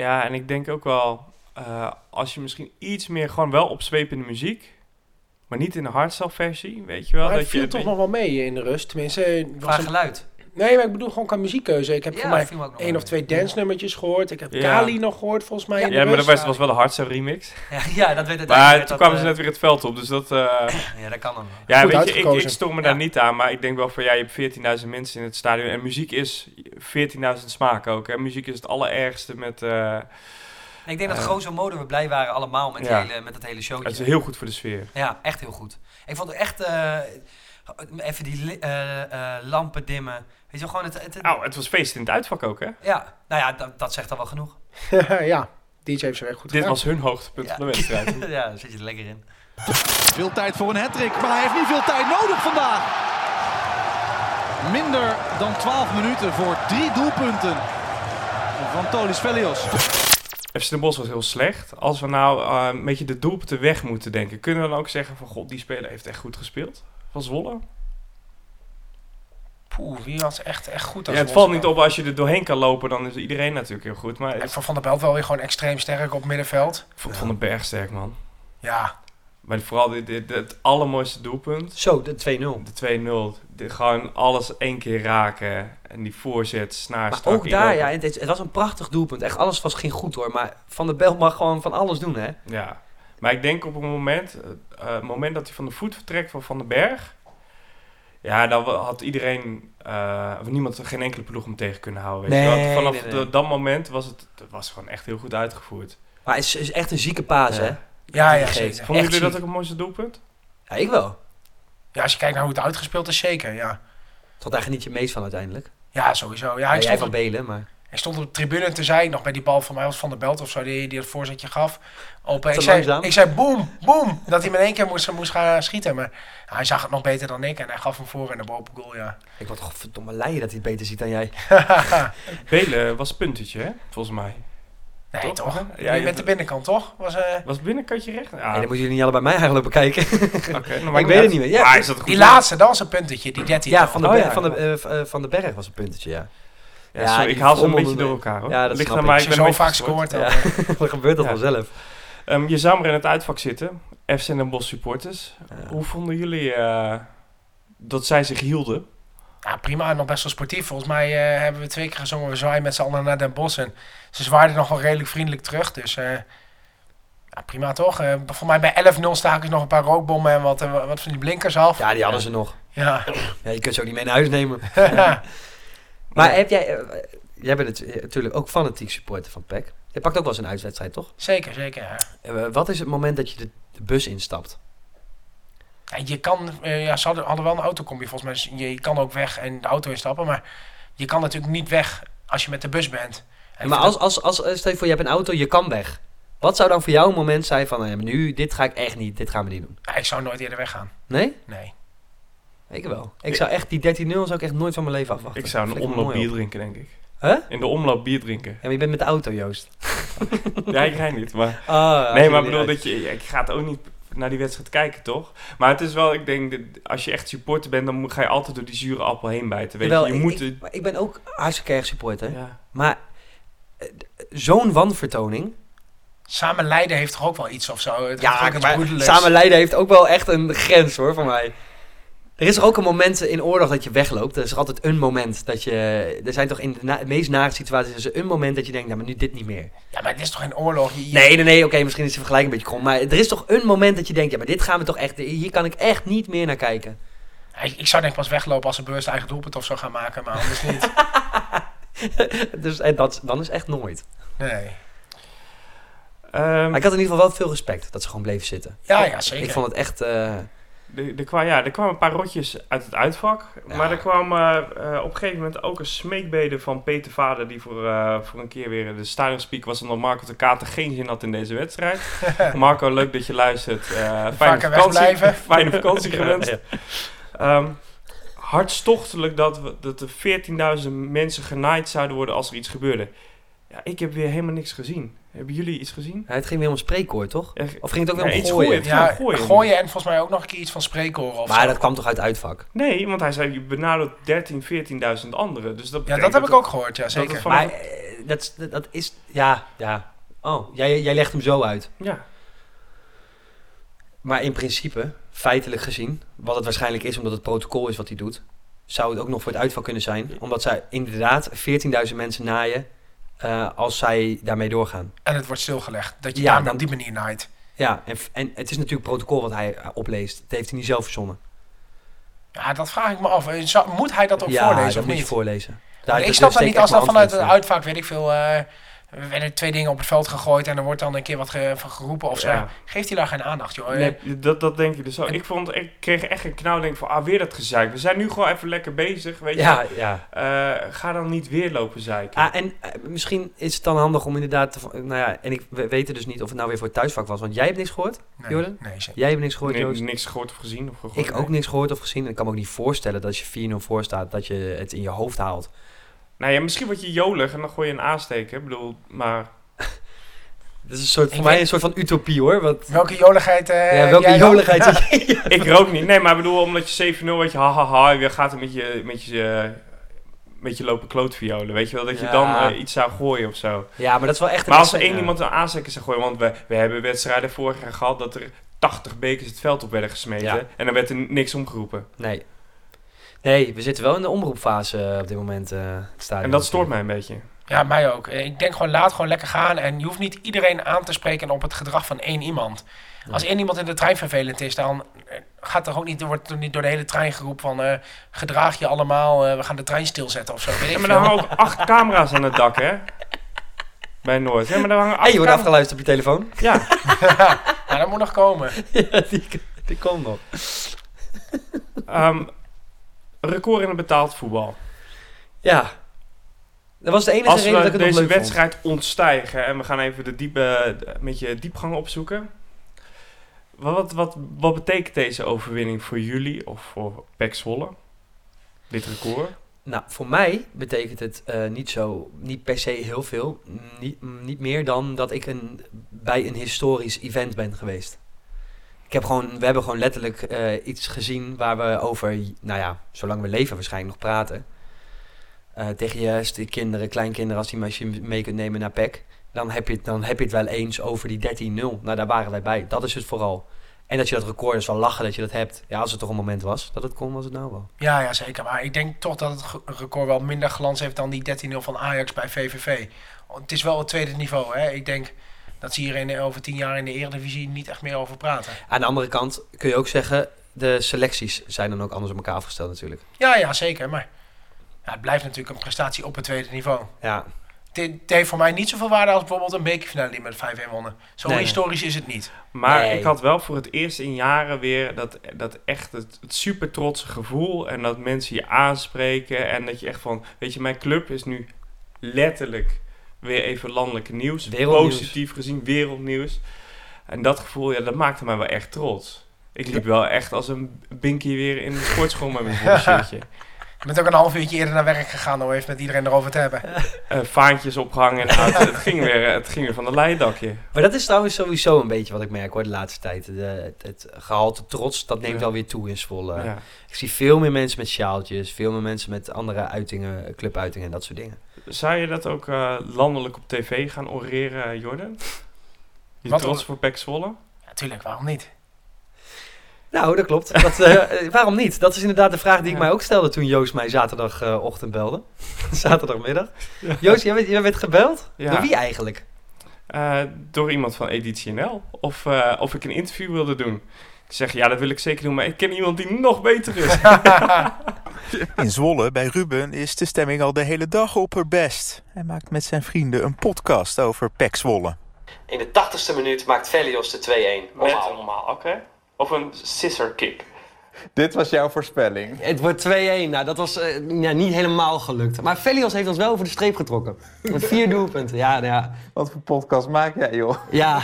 Speaker 1: Ja, en ik denk ook wel, eh, als je misschien iets meer gewoon wel opzwepende muziek, maar niet in de hardstyle versie, weet je wel.
Speaker 2: maar het
Speaker 1: dat je
Speaker 2: viel
Speaker 1: het
Speaker 2: toch
Speaker 1: be-
Speaker 2: nog wel mee eh, in de rust. Tenminste, eh, het was
Speaker 7: Qua
Speaker 2: een-
Speaker 7: geluid.
Speaker 2: nee, maar ik bedoel gewoon qua muziekkeuze. Ik heb voor mij
Speaker 7: viel me ook nog
Speaker 2: één
Speaker 7: wel
Speaker 2: of twee
Speaker 7: mee.
Speaker 2: dance-nummertjes gehoord. Ik heb
Speaker 1: Ja.
Speaker 2: Kali nog gehoord, volgens mij. in de
Speaker 1: Ja, maar dat
Speaker 2: rust.
Speaker 1: was, was wel de hardstyle remix.
Speaker 7: Ja, ja, dat weet het
Speaker 1: Maar toen kwamen ze net
Speaker 7: dat,
Speaker 1: weer het veld op, dus dat... eh,
Speaker 7: eh, Ja, dat kan dan. wel.
Speaker 1: Ja,
Speaker 2: Goed
Speaker 1: weet je, ik,
Speaker 2: uitgekozen.
Speaker 1: ik storm me
Speaker 7: Ja.
Speaker 1: daar niet aan, maar ik denk wel van ja, je hebt 14.000 mensen in het stadion en muziek is 14.000 smaken ook. Hè? Muziek is het allerergste met. eh,
Speaker 7: Ik denk dat
Speaker 1: Eh.
Speaker 7: grosso modo we blij waren allemaal met,
Speaker 1: Ja.
Speaker 7: die hele, met dat hele showtje.
Speaker 1: het is heel goed voor de sfeer.
Speaker 7: Ja, echt heel goed. Ik vond het echt... eh, even die li- eh, eh, lampen dimmen. Weet je wel, gewoon het... het, het-
Speaker 1: Nou, het was feest in het uitvak ook, hè?
Speaker 7: Ja, nou ja, dat, dat zegt al wel genoeg.
Speaker 2: ja, DJ heeft zijn werk goed
Speaker 1: Dit
Speaker 2: gedaan.
Speaker 1: was hun hoogtepunt
Speaker 7: Ja.
Speaker 1: van de wedstrijd.
Speaker 7: ja, daar zit je er lekker in.
Speaker 8: Veel tijd voor een hattrick, maar hij heeft niet veel tijd nodig vandaag. Minder dan 12 minuten voor drie doelpunten van Tolis Velios.
Speaker 1: FC Den Bosch was heel slecht. Als we nou eh, een beetje de doelpunten weg moeten denken, kunnen we dan ook zeggen van god, die speler heeft echt goed gespeeld? Van Zwolle?
Speaker 2: Poeh, wie was echt, echt goed
Speaker 1: Ja,
Speaker 2: als
Speaker 1: het
Speaker 2: Wolfsburg.
Speaker 1: valt niet op als je er doorheen kan lopen, dan is iedereen natuurlijk heel goed. Maar
Speaker 2: Ik
Speaker 1: ik
Speaker 2: vond Van der Belt wel weer gewoon extreem sterk op middenveld.
Speaker 1: vond Van den Berg sterk, man.
Speaker 2: Ja,
Speaker 1: Maar vooral dit, dit- het allermooiste doelpunt.
Speaker 3: Zo, de 2-0.
Speaker 1: De 2-0. De- Gewoon alles één keer raken. En die voorzet, snaar,
Speaker 3: Maar
Speaker 1: strak
Speaker 3: ook daar,
Speaker 1: inlopen.
Speaker 3: ja, het, is- het was een prachtig doelpunt. Echt, alles was ging goed hoor. Maar Van der Bel mag gewoon van alles doen, hè?
Speaker 1: Ja. Maar ik denk op het moment, eh, eh, het moment dat hij van de voet vertrekt van Van den Berg... Ja, dan wa- had iedereen, eh, of niemand, geen enkele ploeg hem tegen kunnen houden. Weet je
Speaker 3: Nee,
Speaker 1: wel. Vanaf
Speaker 3: nee, nee.
Speaker 1: de- dat moment was het, het was gewoon echt heel goed uitgevoerd.
Speaker 3: Maar het is, is echt een zieke paas,
Speaker 1: Ja.
Speaker 3: hè?
Speaker 2: ja, ja
Speaker 3: Die geeft.
Speaker 2: zeker.
Speaker 1: Vonden
Speaker 3: Echt
Speaker 1: jullie dat
Speaker 3: ziek.
Speaker 1: ook het mooiste doelpunt?
Speaker 3: Ja, ik wel.
Speaker 2: Ja, als je kijkt naar hoe het uitgespeeld is, zeker, ja.
Speaker 3: Tot eigenlijk niet je meest van uiteindelijk.
Speaker 2: Ja, sowieso. Ja,
Speaker 3: Ja,
Speaker 2: hij,
Speaker 3: jij
Speaker 2: stond
Speaker 3: van
Speaker 2: op,
Speaker 3: Belen, maar...
Speaker 2: hij stond op de tribune en toen zei ik nog bij die bal van mij was Van der Belt of zo, die, die dat voorzetje gaf. Op, ik, zei,
Speaker 3: langzaam.
Speaker 2: ik zei boom, boom, dat hij met één keer moest, moest gaan schieten. Maar hij zag het nog beter dan ik en hij gaf hem voor en de open goal, ja.
Speaker 3: Ik word toch verdomme leien dat hij het beter ziet dan jij.
Speaker 1: Belen was puntetje, hè? Volgens mij.
Speaker 2: Nee, toch?
Speaker 1: Ja,
Speaker 2: Ja,
Speaker 1: je-
Speaker 2: je bent de binnenkant, toch? Was, eh,
Speaker 1: Was binnenkantje recht? Ah,
Speaker 3: En dan moeten jullie niet allebei mij eigenlijk bekijken.
Speaker 1: oké. Nou, maakt
Speaker 3: ik weet
Speaker 1: uit.
Speaker 3: het niet meer. Ja, dus
Speaker 1: Ah, is dat een
Speaker 2: die
Speaker 1: goed
Speaker 2: laatste, dat was een puntetje, die 13.
Speaker 3: ja, van de,
Speaker 1: Oh,
Speaker 3: Berg-
Speaker 1: ja.
Speaker 3: Van, de, eh, v- eh, van de Berg was een puntetje, ja.
Speaker 1: Ja,
Speaker 3: Ja,
Speaker 1: sorry,
Speaker 3: die
Speaker 1: ik haal ze een
Speaker 3: frommelde
Speaker 1: beetje door
Speaker 3: mee.
Speaker 1: elkaar hoor.
Speaker 3: Ja, dat
Speaker 1: Ligt
Speaker 3: snap
Speaker 1: aan
Speaker 3: ik.
Speaker 1: mij,
Speaker 2: als
Speaker 1: ik
Speaker 2: je
Speaker 1: ben
Speaker 2: zo
Speaker 1: een beetje
Speaker 2: vaak
Speaker 1: gestoord.
Speaker 2: scoort, dan...
Speaker 3: Ja.
Speaker 2: eh,
Speaker 3: Dan gebeurt dat
Speaker 1: Ja.
Speaker 3: vanzelf.
Speaker 1: Ehm, je zou maar in het uitvak zitten, FC Den Bosch supporters.
Speaker 3: Ja.
Speaker 1: Hoe vonden jullie eh, dat zij zich hielden?
Speaker 2: Ja, prima. En nog best wel sportief. Volgens mij eh, hebben we twee keer gezongen. We zwaaien met z'n allen naar Den Bosch. En ze zwaaiden nog wel redelijk vriendelijk terug. Dus eh, ja, prima toch? Eh volgens mij bij 11-0 staken ze dus nog een paar rookbommen en wat, eh, wat van die blinkers af.
Speaker 3: Ja, die hadden ze nog.
Speaker 2: Ja.
Speaker 3: Ja, je kunt ze ook niet mee naar huis nemen.
Speaker 2: Ja.
Speaker 3: Maar heb jij... eh, eh, jij bent het- eh, natuurlijk ook fanatiek supporter van PEC. Je pakt ook wel eens een uitwedstrijd, toch?
Speaker 2: zeker, zeker. Ja.
Speaker 3: Eh, Wat is het moment dat je de, de bus instapt?
Speaker 2: En je kan, eh, ja, ze hadden, hadden wel een autocombi volgens mij. Dus Je, je kan ook weg en de auto instappen. Maar je kan natuurlijk niet weg als je met de bus bent. En
Speaker 3: maar
Speaker 2: ik vind
Speaker 3: als, als, als, eh, stel je voor, je hebt een auto, je kan weg. Wat zou dan voor jou een moment zijn van... eh, nu, dit ga ik echt niet, dit gaan we niet doen.
Speaker 2: dat- ja, ik zou nooit eerder weggaan.
Speaker 3: Nee?
Speaker 2: Nee.
Speaker 3: Ik wel. Ik zou echt... Die 13-0 zou ik echt nooit van mijn leven afwachten.
Speaker 1: Ik zou een
Speaker 3: Flikker me
Speaker 1: omloop
Speaker 3: mooi
Speaker 1: bier
Speaker 3: op.
Speaker 1: drinken, denk ik.
Speaker 3: Huh?
Speaker 1: In de omloop bier drinken.
Speaker 3: Ja, maar je bent met de auto, Joost.
Speaker 1: ja, ik rijd niet, maar...
Speaker 3: Ah,
Speaker 1: Nee, maar ik bedoel, dat je, ja, ik ga het ook niet naar die wedstrijd kijken, toch? Maar het is wel, ik denk, dat als je echt supporter bent, dan moet- ga je altijd door die zure appel heen bijten. Weet je, je
Speaker 3: ik,
Speaker 1: moet...
Speaker 3: ik,
Speaker 1: het-
Speaker 3: maar ik ben ook hartstikke erg supporter.
Speaker 1: ja.
Speaker 3: Maar eh, d- zo'n wanvertoning.
Speaker 2: Samen Leiden heeft toch ook wel iets of zo? Het heeft
Speaker 3: Ja,
Speaker 2: ook iets
Speaker 3: maar
Speaker 2: broederlijks.
Speaker 3: samen Leiden heeft ook wel echt een grens hoor, voor mij. Er is er ook een moment in oorlog dat je wegloopt. Er is er altijd een moment dat je... Er zijn toch in de na- meest nare situaties is er een moment dat je denkt, nou, maar nu dit niet meer.
Speaker 2: Ja, maar het is toch geen oorlog? Je- je-
Speaker 3: Nee, nee, nee, oké, misschien is de vergelijking een beetje krom. Maar er is toch een moment dat je denkt, ja, maar dit gaan we toch echt... Hier kan ik echt niet meer naar kijken.
Speaker 2: Ik, ik zou denk ik pas weglopen als de beurs eigen doelpunt of zo gaan maken, maar anders niet.
Speaker 3: dus en dat, dan is echt nooit.
Speaker 2: Nee. Ehm,
Speaker 3: Maar ik had in ieder geval wel veel respect dat ze gewoon bleven zitten.
Speaker 2: Ja, ja, zeker.
Speaker 3: Ik vond het echt... eh,
Speaker 1: Er, er, kwa- ja, er kwamen een paar rotjes uit het uitvak.
Speaker 3: Ja.
Speaker 1: Maar er kwamen eh, eh, op een gegeven moment ook een smeekbede van Peter Vader. Die voor, eh, voor een keer weer de stadionspeak was. Omdat Marco de Kater geen zin had in deze wedstrijd. Marco, leuk dat je luistert. Eh, fijne,
Speaker 2: Vaker
Speaker 1: vakantie,
Speaker 2: wegblijven.
Speaker 1: fijne vakantie gewenst. Ehm, hartstochtelijk dat, we, dat er 14.000 mensen genaaid zouden worden als er iets gebeurde. Ja, ik heb weer helemaal niks gezien. Hebben jullie iets gezien?
Speaker 3: het ging weer om spreekkoord, toch?
Speaker 1: Er-
Speaker 3: Of ging het ook weer
Speaker 1: Ja,
Speaker 3: om
Speaker 1: iets
Speaker 3: gooien?
Speaker 1: gooien.
Speaker 2: Ja,
Speaker 1: gooien.
Speaker 2: gooien. en volgens mij ook nog een keer iets van spreekhoren of
Speaker 3: Maar
Speaker 2: zo.
Speaker 3: dat kwam toch uit uitvak?
Speaker 1: Nee, want hij zei je benadert 13, 14.000 anderen. Dus dat
Speaker 2: Ja,
Speaker 1: betekent
Speaker 2: dat heb ik ook gehoord, ja,
Speaker 1: Dat
Speaker 2: zeker.
Speaker 1: het
Speaker 3: Maar
Speaker 1: vanaf-
Speaker 3: eh, dat, is- dat is... Ja, ja. Oh, jij, jij legt hem zo uit.
Speaker 1: Ja.
Speaker 3: Maar in principe, feitelijk gezien, wat het waarschijnlijk is omdat het protocol is wat hij doet, zou het ook nog voor het uitval kunnen zijn. Omdat zij inderdaad 14.000 mensen naaien eh, als zij daarmee doorgaan.
Speaker 2: En het wordt stilgelegd, dat je
Speaker 3: Ja,
Speaker 2: daarmee
Speaker 3: dan-
Speaker 2: op die manier naait.
Speaker 3: Ja, en, f- en het is natuurlijk protocol wat hij eh, opleest. Dat heeft hij niet zelf verzonnen.
Speaker 2: Ja, dat vraag ik me af. Eh, zou- moet hij dat ook
Speaker 3: ja,
Speaker 2: voorlezen
Speaker 3: dat
Speaker 2: of
Speaker 3: moet je
Speaker 2: niet?
Speaker 3: voorlezen.
Speaker 2: Want
Speaker 3: Daar-
Speaker 2: ik
Speaker 3: daar
Speaker 2: snap dat
Speaker 3: steekt
Speaker 2: niet
Speaker 3: echt
Speaker 2: als dat
Speaker 3: mijn antwoord
Speaker 2: vanuit het
Speaker 3: voor.
Speaker 2: uitvaak, weet ik veel, eh, er werden twee dingen op het veld gegooid en er wordt dan een keer wat ge- van geroepen of zo.
Speaker 1: Ja.
Speaker 2: Geeft hij daar geen aandacht,
Speaker 3: Oh,
Speaker 2: joh? Eh,
Speaker 1: Nee, dat, dat denk ik dus ook. Ik, vond, ik kreeg echt een knauw. Denk van, ah, weer dat gezeik. We zijn nu gewoon even lekker bezig, weet je.
Speaker 3: Ja, ja.
Speaker 1: Eh, ga dan niet weer lopen zeiken.
Speaker 3: Ah, en eh, misschien is het dan handig om inderdaad te... van- Nou ja, en ik we weten dus niet of het nou weer voor het thuisvak was. Want jij hebt niks gehoord.
Speaker 2: nee,
Speaker 3: Jordan?
Speaker 2: Nee, zeker.
Speaker 3: Jij hebt niks gehoord,
Speaker 1: Nee,
Speaker 3: Joost.
Speaker 1: niks gehoord of gezien of gegooid.
Speaker 3: Ik ook niks gehoord of gezien. En ik kan me ook niet voorstellen dat als je 4-0 voor staat, dat je het in je hoofd haalt.
Speaker 1: Nou ja, misschien word je jolig en dan gooi je een aansteken. Ik bedoel, maar...
Speaker 3: Dat is een soort,
Speaker 2: Ik
Speaker 3: voor mij
Speaker 2: weet-
Speaker 3: een soort van utopie hoor. Wat,
Speaker 2: Welke joligheid eh,
Speaker 3: ja,
Speaker 2: heb
Speaker 3: welke
Speaker 2: jij dan?
Speaker 3: joligheid. Ja.
Speaker 1: ik rook niet. Nee, maar ik bedoel, omdat je 7-0, weet je, hahaha, je gaat er met je, met je, met je lopen klootviolen. Weet je wel, dat je
Speaker 3: Ja.
Speaker 1: dan eh, iets zou gooien of zo.
Speaker 3: ja, maar dat is wel echt... een
Speaker 1: Maar als er
Speaker 3: wedstrijd,
Speaker 1: één
Speaker 3: ja.
Speaker 1: iemand een aansteker zou gooien, want we, we hebben wedstrijden vorig jaar gehad dat er 80 bekers het veld op werden gesmeten.
Speaker 3: Ja.
Speaker 1: En dan werd er niks omgeroepen.
Speaker 3: Nee. Nee, we zitten wel in de omroepfase eh, op dit moment. eh, het stadion.
Speaker 1: En dat stoort mij een beetje.
Speaker 2: Ja, mij ook. Eh, Ik denk gewoon laat gewoon lekker gaan. En je hoeft niet iedereen aan te spreken op het gedrag van één iemand. Als één iemand in de trein vervelend is, dan eh, gaat er ook niet, er wordt er niet door de hele trein geroepen van eh, gedraag je allemaal, eh, we gaan de trein stilzetten of zo. Weet ik
Speaker 1: Ja, maar
Speaker 2: veel.
Speaker 1: daar hangen ook acht camera's aan het dak, hè? Bij Noord. Ja, maar daar hangen acht
Speaker 3: Hey, je wordt
Speaker 1: camera's.
Speaker 3: afgeluisterd op je telefoon.
Speaker 1: Ja,
Speaker 2: Maar Nou, dat moet nog komen.
Speaker 3: ja, die, die komt nog.
Speaker 1: ehm, record in het betaald voetbal.
Speaker 3: Ja. Dat was de enige
Speaker 1: Als
Speaker 3: reden dat ik
Speaker 1: we
Speaker 3: het nog
Speaker 1: deze
Speaker 3: leuk vond.
Speaker 1: wedstrijd ontstijgen en we gaan even de diepe, met je diepgang opzoeken. Wat, wat, wat betekent deze overwinning voor jullie of voor Pek Zwolle? Dit record?
Speaker 3: Nou, voor mij betekent het eh, niet zo, niet per se heel veel. Niet, niet meer dan dat ik een, bij een historisch event ben geweest. Ik heb gewoon, we hebben gewoon letterlijk eh, iets gezien waar we over, nou ja, zolang we leven waarschijnlijk nog praten. Eh, tegen je st- kinderen, kleinkinderen, als die maar als je mee kunt nemen naar PEC. Dan heb, je, het- dan heb je het wel eens over die 13-0. Nou, daar waren wij bij. Dat is het vooral. En dat je dat record is wel lachen dat je dat hebt. Ja, als het toch een moment was dat het kon, was het nou wel.
Speaker 2: Ja, ja, zeker. Maar ik denk toch dat het ge- record wel minder glans heeft dan die 13-0 van Ajax bij VVV. Want Oh, Het is wel het tweede niveau. Hè? Ik denk dat ze hier in, over tien jaar in de Eredivisie niet echt meer over praten.
Speaker 3: Aan de andere kant kun je ook zeggen, de selecties zijn dan ook anders op elkaar afgesteld natuurlijk.
Speaker 2: Ja, ja, zeker. Maar ja, het blijft natuurlijk een prestatie op het tweede niveau.
Speaker 3: Ja,
Speaker 2: Het- Het heeft voor mij niet zoveel waarde als bijvoorbeeld een bekerfinale die met 5-1 wonnen. Zo
Speaker 3: Nee.
Speaker 2: historisch is het niet.
Speaker 1: Maar
Speaker 3: Nee.
Speaker 1: ik had wel voor het eerst in jaren weer dat, dat echt het, het super trotse gevoel. En dat mensen je aanspreken. En dat je echt van, weet je, mijn club is nu letterlijk weer even landelijk nieuws.
Speaker 3: Wereldnieuws.
Speaker 1: Positief gezien, wereldnieuws. En dat gevoel, ja, dat maakte mij wel echt trots. Ik liep wel echt als een binkie weer in de sportschool met mijn voorshirtje.
Speaker 2: Je bent ook een half uurtje eerder naar werk gegaan om even met iedereen erover te hebben.
Speaker 1: Eh, vaantjes opgehangen en uit. het, ging weer, het ging weer van een leidakje.
Speaker 3: maar dat is trouwens sowieso een beetje wat ik merk hoor de laatste tijd. De, het, het gehalte trots, dat neemt
Speaker 1: Ja.
Speaker 3: wel weer toe in Zwolle.
Speaker 1: Ja.
Speaker 3: Ik zie veel meer mensen met sjaaltjes, veel meer mensen met andere uitingen, clubuitingen en dat soort dingen.
Speaker 1: Zou je dat ook eh, landelijk op tv gaan oreren, eh, Jordan? Je
Speaker 2: Wat
Speaker 1: trots
Speaker 2: or-
Speaker 1: voor Pek Zwolle?
Speaker 2: Natuurlijk, waarom niet?
Speaker 3: Nou, dat klopt. Dat, eh, eh, waarom niet? Dat is inderdaad de vraag die ik
Speaker 1: Ja.
Speaker 3: mij ook stelde toen Joost mij zaterdagochtend belde. Zaterdagmiddag. Joost, jij werd, jij werd gebeld?
Speaker 1: Ja.
Speaker 3: Door wie eigenlijk?
Speaker 1: Eh, door iemand van Editie NL. Of, eh, of ik een interview wilde doen. Ik zeg, ja, dat wil ik zeker doen, maar ik ken iemand die nog beter is.
Speaker 9: In Zwolle bij Ruben is de stemming al de hele dag op haar best. Hij maakt met zijn vrienden een podcast over Pek Zwolle.
Speaker 3: In de tachtigste minuut maakt Velios de 2-1.
Speaker 1: Met normaal, oké. Of een scissor kick.
Speaker 10: Dit was jouw voorspelling.
Speaker 3: Het wordt 2-1. Nou, dat was eh, nou, niet helemaal gelukt. Maar Velios heeft ons wel over de streep getrokken. Met vier doelpunten. Ja, nou ja.
Speaker 10: Wat voor podcast maak jij, joh?
Speaker 3: ja.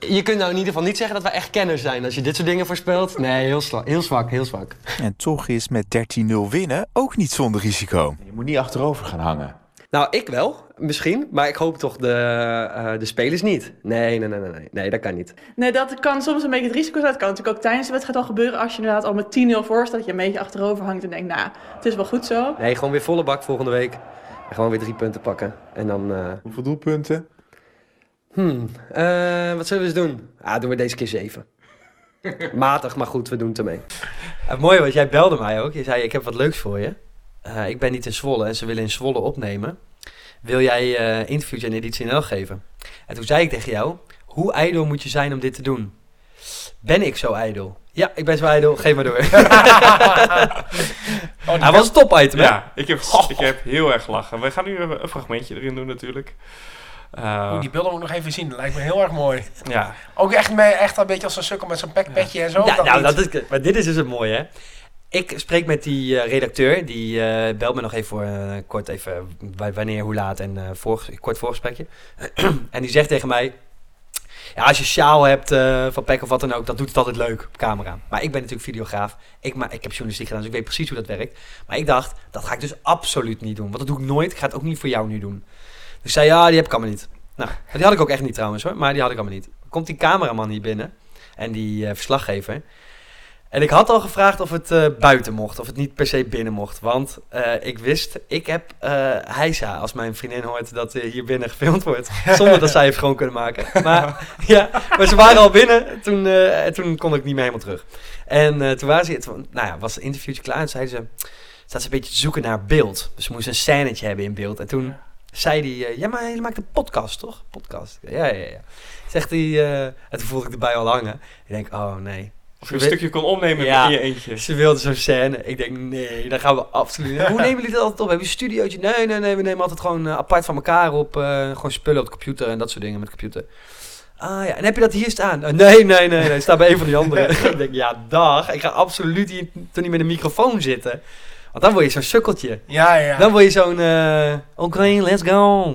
Speaker 3: Je kunt nou in ieder geval niet zeggen dat wij echt kenners zijn. Als je dit soort dingen voorspelt. Nee, heel, sla- heel zwak, heel zwak.
Speaker 9: En toch is met 13-0 winnen ook niet zonder risico.
Speaker 10: Je moet niet achterover gaan hangen.
Speaker 3: Nou, ik wel, misschien. Maar ik hoop toch de, eh, de spelers niet. Nee, nee, nee, nee, nee. Nee, dat kan niet.
Speaker 11: Nee, dat kan soms een beetje het risico zijn. Dat kan natuurlijk ook tijdens de wedstrijd al gebeuren. Als je inderdaad al met 10-0 voor staat, dat je een beetje achterover hangt en denkt, nou, het is wel goed zo.
Speaker 3: Nee, gewoon weer volle bak volgende week. En gewoon weer drie punten pakken. En dan... eh,
Speaker 10: Hoeveel doelpunten?
Speaker 3: hmm, eh, wat zullen we eens doen? Ah, doen we deze keer zeven. Matig, maar goed, we doen het ermee. Het mooie was, jij belde mij ook. Je zei, ik heb wat leuks voor je. Eh, ik ben niet in Zwolle en ze willen in Zwolle opnemen. Wil jij eh interviews en editie NL geven? En toen zei ik tegen jou, hoe ijdel moet je zijn om dit te doen? Ben ik zo ijdel? Ja, ik ben zo ijdel. Geef maar door.
Speaker 2: Oh, die
Speaker 3: Hij was een top item, hè?
Speaker 1: Ja, ik heb, ik heb heel erg lachen. We gaan nu even een fragmentje erin doen natuurlijk. Eh,
Speaker 2: Oeh, Oh, die beelden moet ik nog even zien. Dat lijkt me heel erg mooi.
Speaker 1: ja.
Speaker 2: Ook echt, mee, echt een beetje als een sukkel met zo'n pekpetje en zo.
Speaker 3: Ja, nou,
Speaker 2: niet.
Speaker 3: dat is, maar dit is dus het mooie, hè? Ik spreek met die eh, redacteur, die eh, belt me nog even voor eh, kort even wa- wanneer, hoe laat en eh voor, kort voorgesprekje. en die zegt tegen mij, ja, als je sjaal hebt eh, van Peck of wat dan ook, dat doet het altijd leuk op camera. Maar ik ben natuurlijk videograaf, ik, maar, ik heb journalistiek gedaan, dus ik weet precies hoe dat werkt. Maar ik dacht, dat ga ik dus absoluut niet doen, want dat doe ik nooit. Ik ga het ook niet voor jou nu doen. Dus ik zei, ja, die heb ik allemaal niet. Nou, die had ik ook echt niet trouwens hoor, maar die had ik allemaal niet. Komt die cameraman hier binnen en die eh, verslaggever. En ik had al gevraagd of het eh, buiten mocht, of het niet per se binnen mocht. Want eh, ik wist, ik heb eh Heisa, als mijn vriendin hoort dat eh, hier binnen gefilmd wordt. Zonder dat zij het gewoon kunnen maken. Maar, ja, maar ze waren al binnen, toen, eh, toen kon ik niet meer helemaal terug. En eh, toen waren ze, toen- nou ja, was het interviewtje klaar en zeiden ze, zaten ze een beetje te zoeken naar beeld. Dus ze moesten een scènetje hebben in beeld. En toen zei hij, eh, ja maar je maakt een podcast toch? Podcast, ja ja ja. Zegt hij, eh, en toen voelde ik erbij al hangen. Ik denk, oh nee.
Speaker 1: Of je een stukje kon opnemen
Speaker 3: Ja.
Speaker 1: in je eentje.
Speaker 3: Ze wilde zo'n scène. Ik denk, nee, daar gaan we absoluut niet. Hoe nemen jullie dat altijd op? Hebben jullie een studiootje? Nee, nee, nee. We nemen altijd gewoon eh, apart van elkaar op. eh, gewoon spullen op de computer en dat soort dingen met de computer. Ah ja, en heb je dat hier staan? Eh, nee, nee, nee, nee. Staat bij een van die anderen. ik denk, ja, dag. Ik ga absoluut hier toch niet met een microfoon zitten. Want dan word je zo'n sukkeltje.
Speaker 2: Ja, ja.
Speaker 3: Dan word je zo'n... eh, Oké, let's go.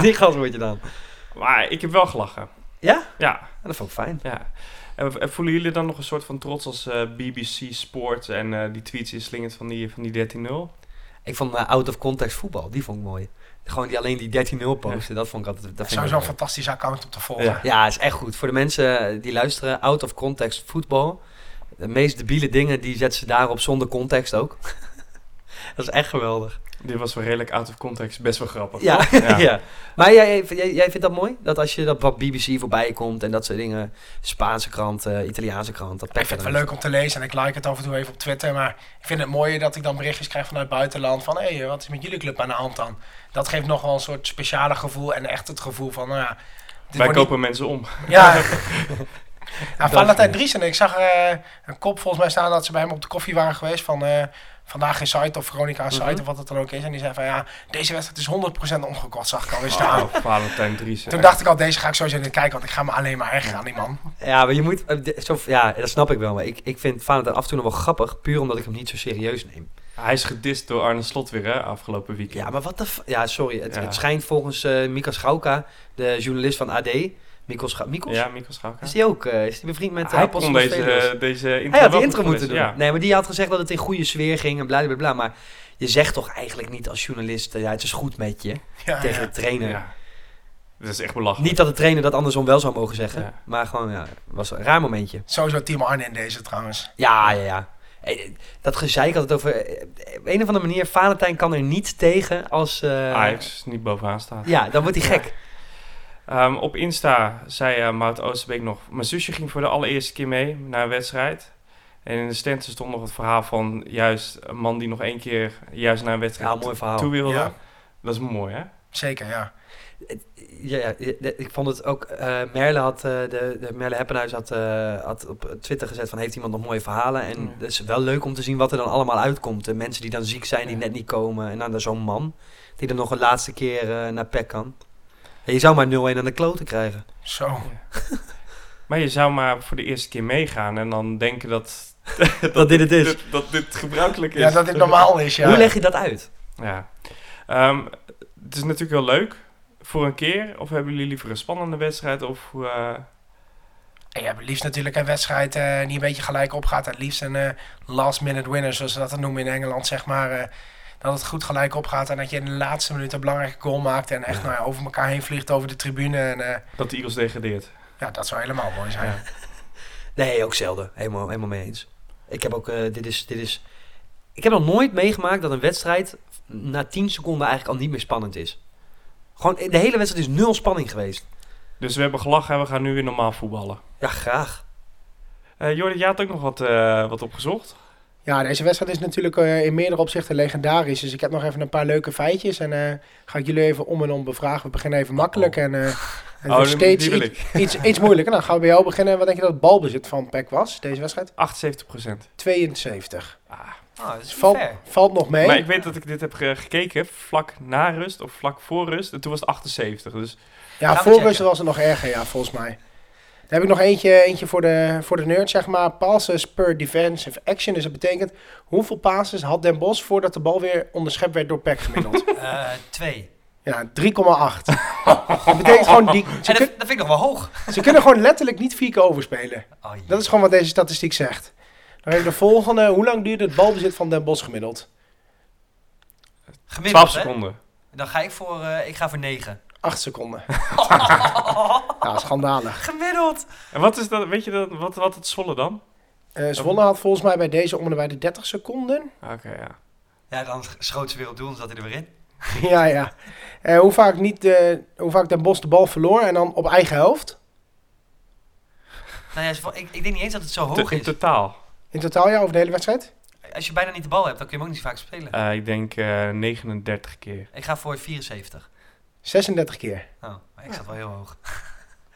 Speaker 3: die gast word je dan.
Speaker 1: Maar ik heb wel gelachen.
Speaker 3: Ja?
Speaker 1: Ja,
Speaker 3: Ja, Dat vond ik fijn.
Speaker 1: ja. En, en voelen jullie dan nog een soort van trots als eh, BBC Sport en eh, die tweets die slingert van die, van die 13-0?
Speaker 3: Ik vond eh, out of context voetbal, die vond ik mooi. Gewoon die, alleen die 13-0 posten, dat vond ik altijd... Dat vind ik
Speaker 2: Sowieso
Speaker 3: wel
Speaker 2: een
Speaker 3: mooi.
Speaker 2: fantastische account om te volgen.
Speaker 1: Ja.
Speaker 3: Ja, is echt goed. Voor de mensen die luisteren, out of context voetbal. De meest debiele dingen, die zetten ze daarop zonder context ook. dat is echt geweldig.
Speaker 1: Dit was wel redelijk out of context, best wel grappig.
Speaker 3: Ja,
Speaker 1: Ja.
Speaker 3: ja. Maar jij, jij, jij vindt dat mooi? Dat als je dat wat BBC voorbij komt en dat soort dingen. Spaanse krant, eh, Italiaanse krant. Dat
Speaker 2: Ik vind het wel leuk om te lezen en ik like het af en toe even op Twitter. Maar ik vind het mooier dat ik dan berichtjes krijg vanuit het buitenland. Van hé, hey, wat is met jullie club aan de hand dan? Dat geeft nog wel een soort speciale gevoel. En echt het gevoel van, nou ja. dit
Speaker 1: Wij
Speaker 2: wordt niet-
Speaker 1: kopen mensen om.
Speaker 2: Ja. ja Valentijn Dries en ik zag eh, een kop volgens mij staan dat ze bij hem op de koffie waren geweest. Van eh, vandaag is site of Veronica is site of wat het dan ook is. En die zei van ja, deze wedstrijd is 100% omgekocht, zag ik alweer
Speaker 3: Nou.
Speaker 2: staan.
Speaker 1: Oh, Valentijn Driessen.
Speaker 2: Toen dacht ik al, deze ga ik sowieso niet kijken, want ik ga me alleen maar ergeren aan die man.
Speaker 3: Ja, maar je moet. eh, de- Zo, ja, dat snap ik wel. Maar ik, ik vind Valentijn af en toe nog wel grappig. Puur omdat ik hem niet zo serieus neem.
Speaker 1: Hij is gedist door Arne Slot weer, hè, afgelopen weekend.
Speaker 3: Ja, maar wat de... f- Ja, sorry. Het,
Speaker 1: Ja.
Speaker 3: het schijnt volgens eh Mika Schauka, de journalist van AD. Mikos, Schau- Mikos?
Speaker 1: Ja, Mikkel Schauka.
Speaker 3: Is die ook? eh, is die bevriend met
Speaker 1: Hij
Speaker 3: Apels
Speaker 1: kon deze, eh, deze intro
Speaker 3: Hij
Speaker 1: wel
Speaker 3: had die
Speaker 1: goed
Speaker 3: intro moeten
Speaker 1: voorlezen,
Speaker 3: doen.
Speaker 1: ja.
Speaker 3: Nee, maar die had gezegd dat het in goede sfeer ging en blablabla. Maar je zegt toch eigenlijk niet als journalist, eh, ja, het is goed met je
Speaker 2: Ja,
Speaker 3: tegen
Speaker 2: ja.
Speaker 3: de trainer.
Speaker 1: Ja. Dat is echt belachelijk.
Speaker 3: Niet dat de trainer dat andersom wel zou mogen zeggen.
Speaker 1: Ja.
Speaker 3: Maar gewoon, ja, was een raar momentje.
Speaker 2: Sowieso Team Arne in deze trouwens.
Speaker 3: Ja, ja, ja. Eh, eh, Dat gezeik had het over... eh, eh, op een of andere manier, Valentijn kan er niet tegen als... eh,
Speaker 1: Ajax niet bovenaan staat.
Speaker 3: Ja, dan wordt hij gek.
Speaker 1: Ehm, op Insta zei eh Maud Oosterbeek nog... Mijn zusje ging voor de allereerste keer mee naar een wedstrijd. En in de stand stond nog het verhaal van juist een man die nog één keer juist naar een wedstrijd
Speaker 3: Ja, mooi verhaal.
Speaker 1: toe wilde.
Speaker 3: Ja.
Speaker 1: Dat is mooi, hè?
Speaker 2: Zeker, ja.
Speaker 3: Ja, ja, ja, de- ik vond het ook. eh Merle had, eh, de, de Merle Heppenhuis had, eh, had op Twitter gezet van heeft iemand nog mooie verhalen. En het is wel leuk om te zien wat er dan allemaal uitkomt. De mensen die dan ziek zijn, die net niet komen. En dan daar zo'n man die dan nog een laatste keer eh, naar PEC kan. Ja, je zou maar 0-1 aan de kloten krijgen.
Speaker 2: Zo.
Speaker 1: Maar je zou maar voor de eerste keer meegaan en dan denken dat... dat,
Speaker 3: dit het is.
Speaker 1: Dat, dit gebruikelijk is.
Speaker 2: Ja, dat dit normaal is, ja. Hoe leg je
Speaker 3: dat uit?
Speaker 1: Ja. Ehm, het is natuurlijk heel leuk voor een keer. Of hebben jullie liever een spannende wedstrijd? Of, eh,
Speaker 2: En je hebt het liefst natuurlijk een wedstrijd eh, die een beetje gelijk opgaat. Het liefst een eh, last minute winner, zoals ze dat dan noemen in Engeland, zeg maar. eh, dat het goed gelijk opgaat en dat je in de laatste minuut een belangrijke goal maakt. En echt nou ja, over elkaar heen vliegt over de tribune. En, eh,
Speaker 1: dat de Eagles degradeert.
Speaker 2: ja, dat zou helemaal mooi zijn.
Speaker 3: Nee, ook zelden. Helemaal, helemaal mee eens. Ik heb ook, eh, dit, is, dit is... Ik heb nog nooit meegemaakt dat een wedstrijd na 10 seconden eigenlijk al niet meer spannend is. Gewoon, eh, de hele wedstrijd is nul spanning geweest.
Speaker 1: Dus we hebben gelachen en we gaan nu weer normaal voetballen.
Speaker 3: Ja, graag.
Speaker 1: Eh Jordi, jij had ook nog wat, eh, wat opgezocht.
Speaker 2: Ja, deze wedstrijd is natuurlijk eh, in meerdere opzichten legendarisch. Dus ik heb nog even een paar leuke feitjes. En eh, ga ik jullie even om en om bevragen. We beginnen even makkelijk. En eh, het
Speaker 1: Oh,
Speaker 2: wordt
Speaker 1: die-
Speaker 2: steeds
Speaker 1: die wil
Speaker 2: iets, iets, iets moeilijker. Nou, gaan we bij jou beginnen. Wat denk je dat het balbezit van PEC was, deze wedstrijd?
Speaker 1: 78 procent.
Speaker 2: 72.
Speaker 3: Ah, dat is niet
Speaker 2: Valt,
Speaker 3: fair.
Speaker 2: Dus valt nog mee.
Speaker 1: Maar ik weet dat ik dit heb ge- gekeken vlak na rust of vlak voor rust. En toen was het 78. Dus
Speaker 2: Ja, voor rust was het nog erger, ja, volgens mij. Dan heb ik nog eentje, eentje voor, de, voor de nerd, zeg maar. Passes per defensive action. Dus dat betekent, hoeveel passes had Den Bos voordat de bal weer onderschept werd door PEC gemiddeld?
Speaker 3: Eh, twee.
Speaker 2: Ja, 3,8. dat betekent gewoon... Die,
Speaker 3: En
Speaker 2: ze,
Speaker 3: dat, dat
Speaker 2: kun-
Speaker 3: vind ik nog wel hoog. Oh,
Speaker 2: ze kunnen gewoon letterlijk niet vier keer overspelen. Dat is gewoon wat deze statistiek zegt. Dan heb ik de volgende. Hoe lang duurde het balbezit van Den Bos gemiddeld?
Speaker 3: Gemiddeld,
Speaker 1: 12
Speaker 3: hè?
Speaker 1: seconden.
Speaker 3: Dan ga ik voor, eh, ik ga voor negen.
Speaker 2: 8 seconden. ja, schandalig.
Speaker 3: Gemiddeld.
Speaker 1: En wat is dat? Weet je dat, wat, wat het Zwolle dan?
Speaker 2: Eh Zwolle had volgens mij bij deze om en bij de 30 seconden.
Speaker 1: Oké, ja.
Speaker 3: Ja, dan schoot ze weer op doel en zat hij er weer in.
Speaker 2: ja, ja. Eh, hoe, vaak niet, eh, hoe vaak Den Bos de bal verloor en dan op eigen helft?
Speaker 3: Nou ja, ze vo- ik, ik denk niet eens dat het zo
Speaker 1: Te-
Speaker 3: hoog
Speaker 1: in
Speaker 3: is.
Speaker 1: totaal.
Speaker 2: In totaal ja, over de hele wedstrijd?
Speaker 3: Als je bijna niet de bal hebt, dan kun je hem ook niet vaak spelen.
Speaker 1: Eh, ik denk eh, 39 keer.
Speaker 3: Ik ga voor 74.
Speaker 2: 36 keer.
Speaker 3: Oh, maar ik zat wel heel hoog.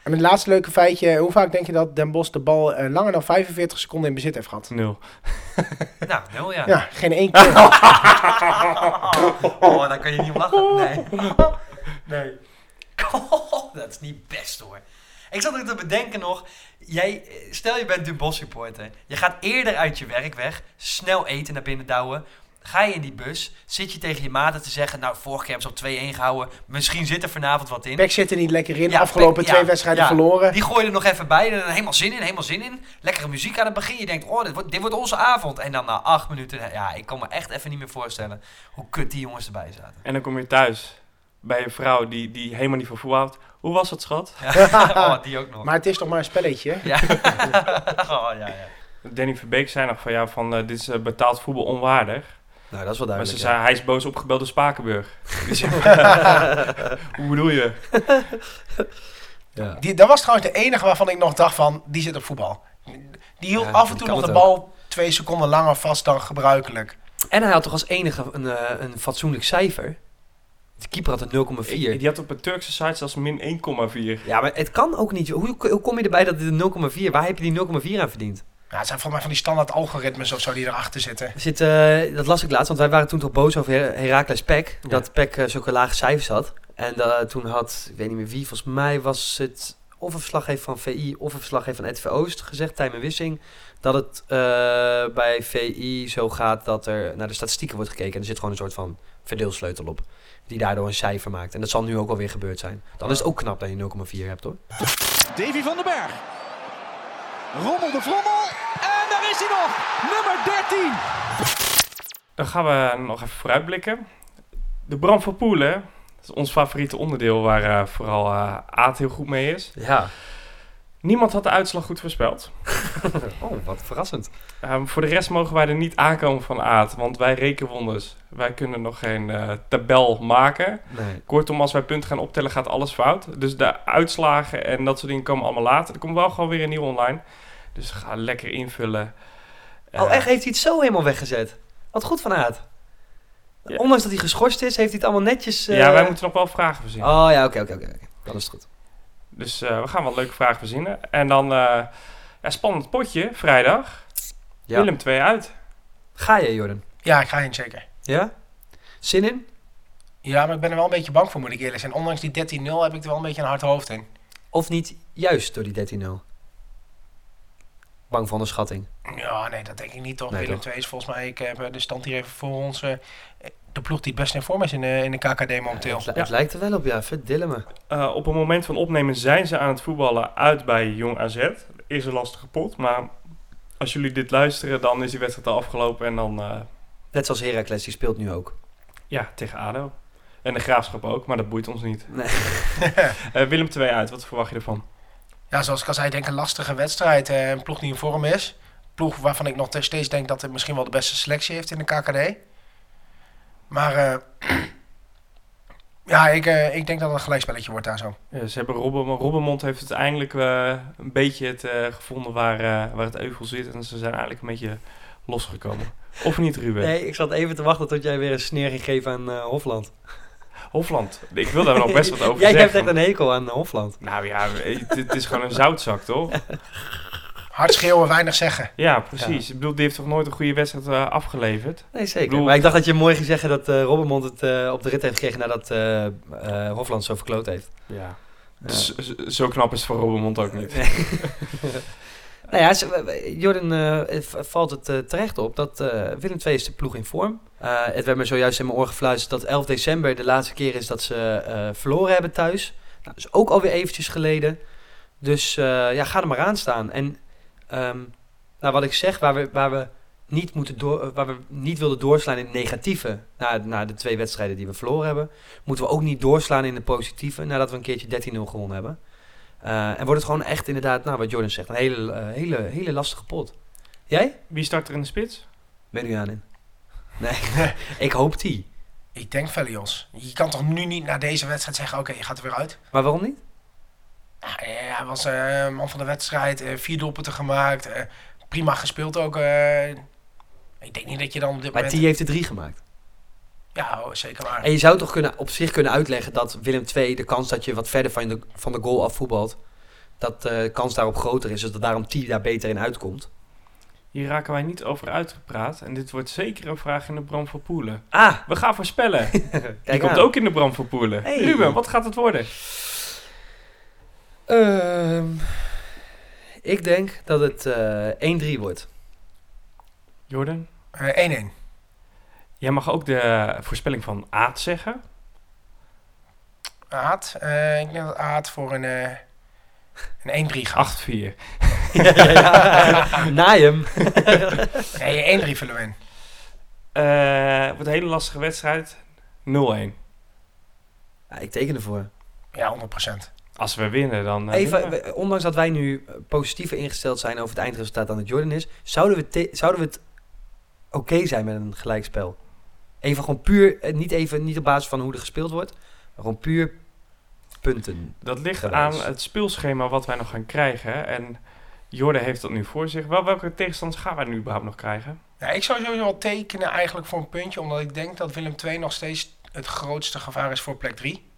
Speaker 2: En het laatste leuke feitje. eh, Hoe vaak denk je dat Den Bos de bal eh, langer dan 45 seconden in bezit heeft gehad?
Speaker 1: Nul.
Speaker 3: Nou, nul ja.
Speaker 2: Ja, geen één keer.
Speaker 3: Oh, daar kan je niet om lachen. Nee.
Speaker 2: Nee.
Speaker 3: dat is niet best hoor. Ik zat ook te bedenken nog. Jij, stel je bent Dubos supporter. Je gaat eerder uit je werk weg. Snel eten naar binnen douwen. Ga je in die bus. Zit je tegen je maten te zeggen. Nou, vorige keer hebben ze op 2-1 gehouden. Misschien zit er vanavond wat in.
Speaker 2: Pek zit er niet lekker in.
Speaker 3: Ja,
Speaker 2: Afgelopen
Speaker 3: Pek-
Speaker 2: twee
Speaker 3: ja,
Speaker 2: wedstrijden
Speaker 3: ja.
Speaker 2: verloren.
Speaker 3: Die gooi je er nog even bij. En dan helemaal zin in, helemaal zin in. Lekkere muziek aan het begin. Je denkt, oh, dit wordt, dit wordt onze avond. En dan na acht minuten, ja, ik kan me echt even niet meer voorstellen hoe kut die jongens erbij zaten.
Speaker 1: En dan kom je thuis bij een vrouw die, die helemaal niet van voetbal houdt. Hoe was het, schat?
Speaker 3: oh, die ook nog.
Speaker 2: Maar het is toch maar een spelletje.
Speaker 3: Ja. oh, ja, ja.
Speaker 1: Danny Verbeek zei nog van ja, van eh, dit is eh, betaald voetbal onwaardig.
Speaker 3: Nou, dat is wel
Speaker 1: Maar ze
Speaker 3: duidelijk.
Speaker 1: zei, hij is boos opgebeld door Spakenburg. Dus ja, hoe bedoel je?
Speaker 2: Die, dat was trouwens de enige waarvan ik nog dacht van, die zit op voetbal. Die hield
Speaker 3: Ja,
Speaker 2: af en
Speaker 3: die
Speaker 2: toe
Speaker 3: kan
Speaker 2: nog de
Speaker 3: het
Speaker 2: bal twee seconden langer vast dan gebruikelijk.
Speaker 3: En hij had toch als enige een, eh, een fatsoenlijk cijfer? De keeper had een 0,4.
Speaker 1: Die had op een Turkse site zelfs min 1,4.
Speaker 3: Ja, maar het kan ook niet. Hoe, hoe kom je erbij dat dit een 0,4... Waar heb je die 0,4 aan verdiend?
Speaker 2: Ja, het zijn volgens mij van die standaard algoritmes of zo die erachter zitten.
Speaker 3: Er Zit, eh, dat las ik laatst, want wij waren toen toch boos over Her- Heracles Peck. Dat Peck eh, zulke lage cijfers had. En eh, toen had, ik weet niet meer wie, volgens mij was het of een verslaggever van VI of een verslaggever van RTV Oost gezegd, Tijmen Wissing, dat het eh, bij VI zo gaat dat er naar de statistieken wordt gekeken. En er zit gewoon een soort van verdeelsleutel op, die daardoor een cijfer maakt. En dat zal nu ook alweer gebeurd zijn. Dan is het ook knap dat je 0,4 hebt hoor.
Speaker 8: Davy van den Berg. Rommel de Vlommel. En daar is hij nog. Nummer 13.
Speaker 1: Dan gaan we nog even vooruitblikken. De Bram van Poelen, dat is ons favoriete onderdeel waar eh, vooral eh Aad heel goed mee is.
Speaker 3: Ja.
Speaker 1: Niemand had de uitslag goed voorspeld. Ehm,
Speaker 3: oh, wat verrassend.
Speaker 1: voor de rest mogen wij er niet aankomen van aard, want wij rekenwonders. Wij kunnen nog geen eh, tabel maken.
Speaker 3: Nee.
Speaker 1: Kortom, als wij punten gaan optellen, gaat alles fout. Dus de uitslagen en dat soort dingen komen allemaal later. Er komt wel gewoon weer een nieuw online. Dus ga lekker invullen. Eh,
Speaker 3: oh, echt? Heeft hij het zo helemaal weggezet? Wat goed van Aad. Ondanks dat hij geschorst is, heeft hij het allemaal netjes... eh,
Speaker 1: Ja, wij moeten nog wel vragen verzinnen.
Speaker 3: Oh ja, oké, oké, oké. oké. Dat is goed.
Speaker 1: Dus eh, we gaan wel leuke vragen verzinnen. En dan, eh, ja, spannend potje, vrijdag.
Speaker 3: Ja.
Speaker 1: Willem 2 uit.
Speaker 3: Ga je, Jordan?
Speaker 2: Ja, ik ga heen zeker.
Speaker 3: Ja? Zin in?
Speaker 2: Ja, maar ik ben er wel een beetje bang voor, moet ik eerlijk zijn. Ondanks die 13-0 heb ik er wel een beetje een hard hoofd in.
Speaker 3: Of niet juist door die 13-0? Bang voor de schatting.
Speaker 2: Ja, nee, dat denk ik niet toch.
Speaker 3: Nee,
Speaker 2: Willem
Speaker 3: toch?
Speaker 2: 2 is volgens mij, ik heb eh, de stand hier even voor ons. eh, de ploeg die het best in vorm is in, de- in de KKD momenteel.
Speaker 1: het
Speaker 3: lijkt er wel op, ja. Verdille me.
Speaker 1: Eh, op het moment van opnemen zijn ze aan het voetballen uit bij Jong AZ. Is een lastige pot, maar als jullie dit luisteren, dan is die wedstrijd al afgelopen. En dan, eh,
Speaker 3: Net zoals Heracles, die speelt nu ook.
Speaker 1: ja, tegen ADO. En de Graafschap ook, maar dat boeit ons niet.
Speaker 3: Nee.
Speaker 1: Eh, Willem 2 uit, wat verwacht je ervan?
Speaker 2: Ja, zoals ik al zei, ik denk een lastige wedstrijd. Eh, een ploeg die in vorm is. Een ploeg waarvan ik nog steeds denk dat het misschien wel de beste selectie heeft in de KKD. Maar eh, ja, ik, eh, ik denk dat het een gelijkspelletje wordt daar zo.
Speaker 1: Ja, Eh, ze hebben Robben, maar Robbenmond heeft uiteindelijk eh, een beetje het, eh, gevonden waar, eh, waar het euvel zit. En ze zijn eigenlijk een beetje losgekomen. Of niet, Ruben?
Speaker 3: Nee, ik zat even te wachten tot jij weer een sneer ging geven aan eh, Hofland.
Speaker 1: Hofland. Ik wil daar nog best wat over
Speaker 3: jij
Speaker 1: zeggen.
Speaker 3: hebt echt een hekel aan eh, Hofland.
Speaker 1: Nou ja, het, het is gewoon een zoutzak, toch?
Speaker 2: Hard schreeuwen, weinig zeggen.
Speaker 1: Ja, precies. Ik bedoel, die heeft toch nooit een goede wedstrijd eh, afgeleverd?
Speaker 3: Nee, zeker.
Speaker 1: Ik bedoel-
Speaker 3: Maar ik dacht dat je mooi ging zeggen dat eh Robbenmond het eh, op de rit heeft gekregen nadat eh eh, Hofland zo verkloot heeft.
Speaker 1: Ja. Dus z- zo knap is het voor Robbenmond ook niet.
Speaker 3: Nou ja, ze- Jordan, eh, v- valt het eh, terecht op dat eh, Willem II is de ploeg in vorm. Eh het werd me zojuist in mijn oor gefluisterd dat 11 december de laatste keer is dat ze eh, verloren hebben thuis. Nou, dat is ook alweer eventjes geleden. Dus eh, ja, ga er maar aan staan. En ehm, nou, wat ik zeg, waar we, waar we niet, moeten door, eh, waar we niet wilden doorslaan in het negatieve... Na, na de twee wedstrijden die we verloren hebben... moeten we ook niet doorslaan in het positieve... nadat we een keertje 13-0 gewonnen hebben. Eh, en wordt het gewoon echt inderdaad, nou, wat Jordan zegt... een hele, eh, hele, hele lastige pot. Jij?
Speaker 1: Wie start er in de spits?
Speaker 3: Meduanin. Nee, ik hoop die.
Speaker 2: Ik denk Velios. Je kan toch nu niet na deze wedstrijd zeggen, oké, je gaat er weer uit?
Speaker 3: Maar waarom niet?
Speaker 2: Ja, eh, hij was eh, man van de wedstrijd, eh, vier doelpunten gemaakt, eh, prima gespeeld ook. eh. ik denk niet dat je dan op dit
Speaker 3: Maar
Speaker 2: moment...
Speaker 3: die heeft er drie gemaakt.
Speaker 2: Ja, oh, zeker waar.
Speaker 3: En je zou toch kunnen, op zich kunnen uitleggen dat Willem II... de kans dat je wat verder van de, van de goal afvoetbalt... dat eh, de kans daarop groter is. Dus dat daarom T daar beter in uitkomt.
Speaker 1: Hier raken wij niet over uitgepraat. En dit wordt zeker een vraag in de Bram van Poelen.
Speaker 3: Ah!
Speaker 1: We gaan voorspellen. die
Speaker 3: Kijk
Speaker 1: komt
Speaker 3: aan.
Speaker 1: ook in de Bram van Poelen.
Speaker 3: Hey.
Speaker 1: Ruben, wat gaat het worden?
Speaker 3: Ehm, ik denk dat het eh 1-3 wordt.
Speaker 1: Jordan?
Speaker 2: Eh, 1-1.
Speaker 1: Jij mag ook de voorspelling van Aad zeggen.
Speaker 3: Ah.
Speaker 2: Aad. eh, ik denk dat Aad voor een, eh, een 1-3 gaat.
Speaker 1: 8-4.
Speaker 3: ja, ja, ja. Naai hem.
Speaker 2: nee, 1-3 vullen we in.
Speaker 1: Eh, wordt een hele lastige wedstrijd. 0-1.
Speaker 3: Ja, ik teken ervoor.
Speaker 2: Ja, 100%.
Speaker 1: Als we winnen, dan... eh,
Speaker 3: Even,
Speaker 1: winnen we.
Speaker 3: we- ondanks dat wij nu eh, positiever ingesteld zijn over het eindresultaat dan het Jordan is, zouden we, te- zouden we het oké zijn met een gelijkspel? Even gewoon puur, eh, niet, even, niet op basis van hoe er gespeeld wordt, maar gewoon puur punten.
Speaker 1: Dat ligt aan
Speaker 3: Gewijs.
Speaker 1: het speelschema wat wij nog gaan krijgen. En Jorden heeft dat nu voor zich. Wel, welke tegenstanders gaan wij nu überhaupt nog krijgen?
Speaker 2: Ja, ik zou sowieso wel tekenen eigenlijk voor een puntje, omdat ik denk dat Willem II nog steeds het grootste gevaar is voor plek 3.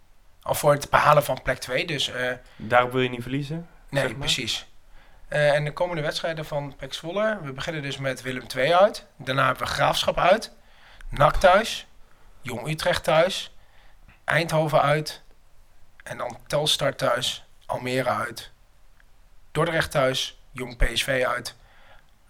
Speaker 2: Of voor het behalen van plek 2. Dus eh,
Speaker 1: Daarop wil je niet verliezen.
Speaker 2: nee,
Speaker 1: zeg maar.
Speaker 2: precies. Eh, en de komende wedstrijden van Pek Zwolle. We beginnen dus met Willem II uit. Daarna hebben we Graafschap uit. NAC thuis. Jong Utrecht thuis. Eindhoven uit. En dan Telstar thuis. Almere uit. Dordrecht thuis. Jong PSV uit.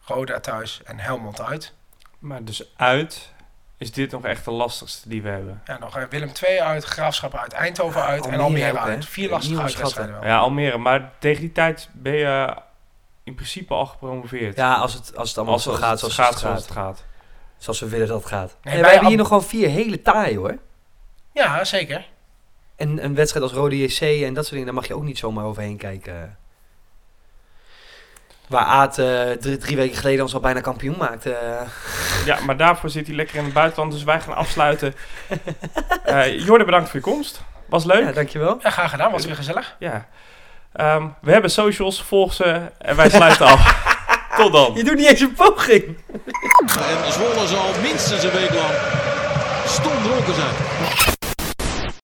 Speaker 2: Roda thuis. En Helmond uit.
Speaker 1: Maar dus uit is dit nog echt de lastigste die we hebben.
Speaker 2: Ja, nog eh, Willem II uit, Graafschap uit, Eindhoven uit en
Speaker 3: Almere
Speaker 2: Almere
Speaker 3: ook, hè?
Speaker 2: uit. Vier
Speaker 3: Niet
Speaker 2: lastige
Speaker 3: onderschatten.
Speaker 2: uitwedstrijden wel.
Speaker 1: Ja, Almere. Maar tegen die tijd ben je in principe al gepromoveerd.
Speaker 3: Ja, als het, als het allemaal
Speaker 1: Als-
Speaker 3: zo
Speaker 1: als
Speaker 3: gaat
Speaker 1: het
Speaker 3: zoals
Speaker 1: gaat
Speaker 3: het
Speaker 1: zoals
Speaker 3: gaat.
Speaker 1: het gaat.
Speaker 3: Zoals we willen dat het gaat.
Speaker 2: bij
Speaker 3: Nee, wij hebben
Speaker 2: Am-
Speaker 3: hier nog gewoon vier hele taai hoor.
Speaker 2: Ja, zeker.
Speaker 3: En een wedstrijd als Rode JC en dat soort dingen, daar mag je ook niet zomaar overheen kijken. Waar Aad eh, drie, drie weken geleden ons al bijna kampioen maakte. Eh,
Speaker 1: Ja, maar daarvoor zit hij lekker in het buitenland, dus wij gaan afsluiten. Eh Jorden, bedankt voor je komst. Was leuk.
Speaker 3: Ja, dankjewel.
Speaker 2: Ja, graag gedaan. Was weer gezellig.
Speaker 1: Ja. Ehm, we hebben socials, volg ze en wij sluiten af. Tot dan.
Speaker 3: Je doet niet eens een poging.
Speaker 8: En Zwolle zal minstens een week lang stom dronken zijn.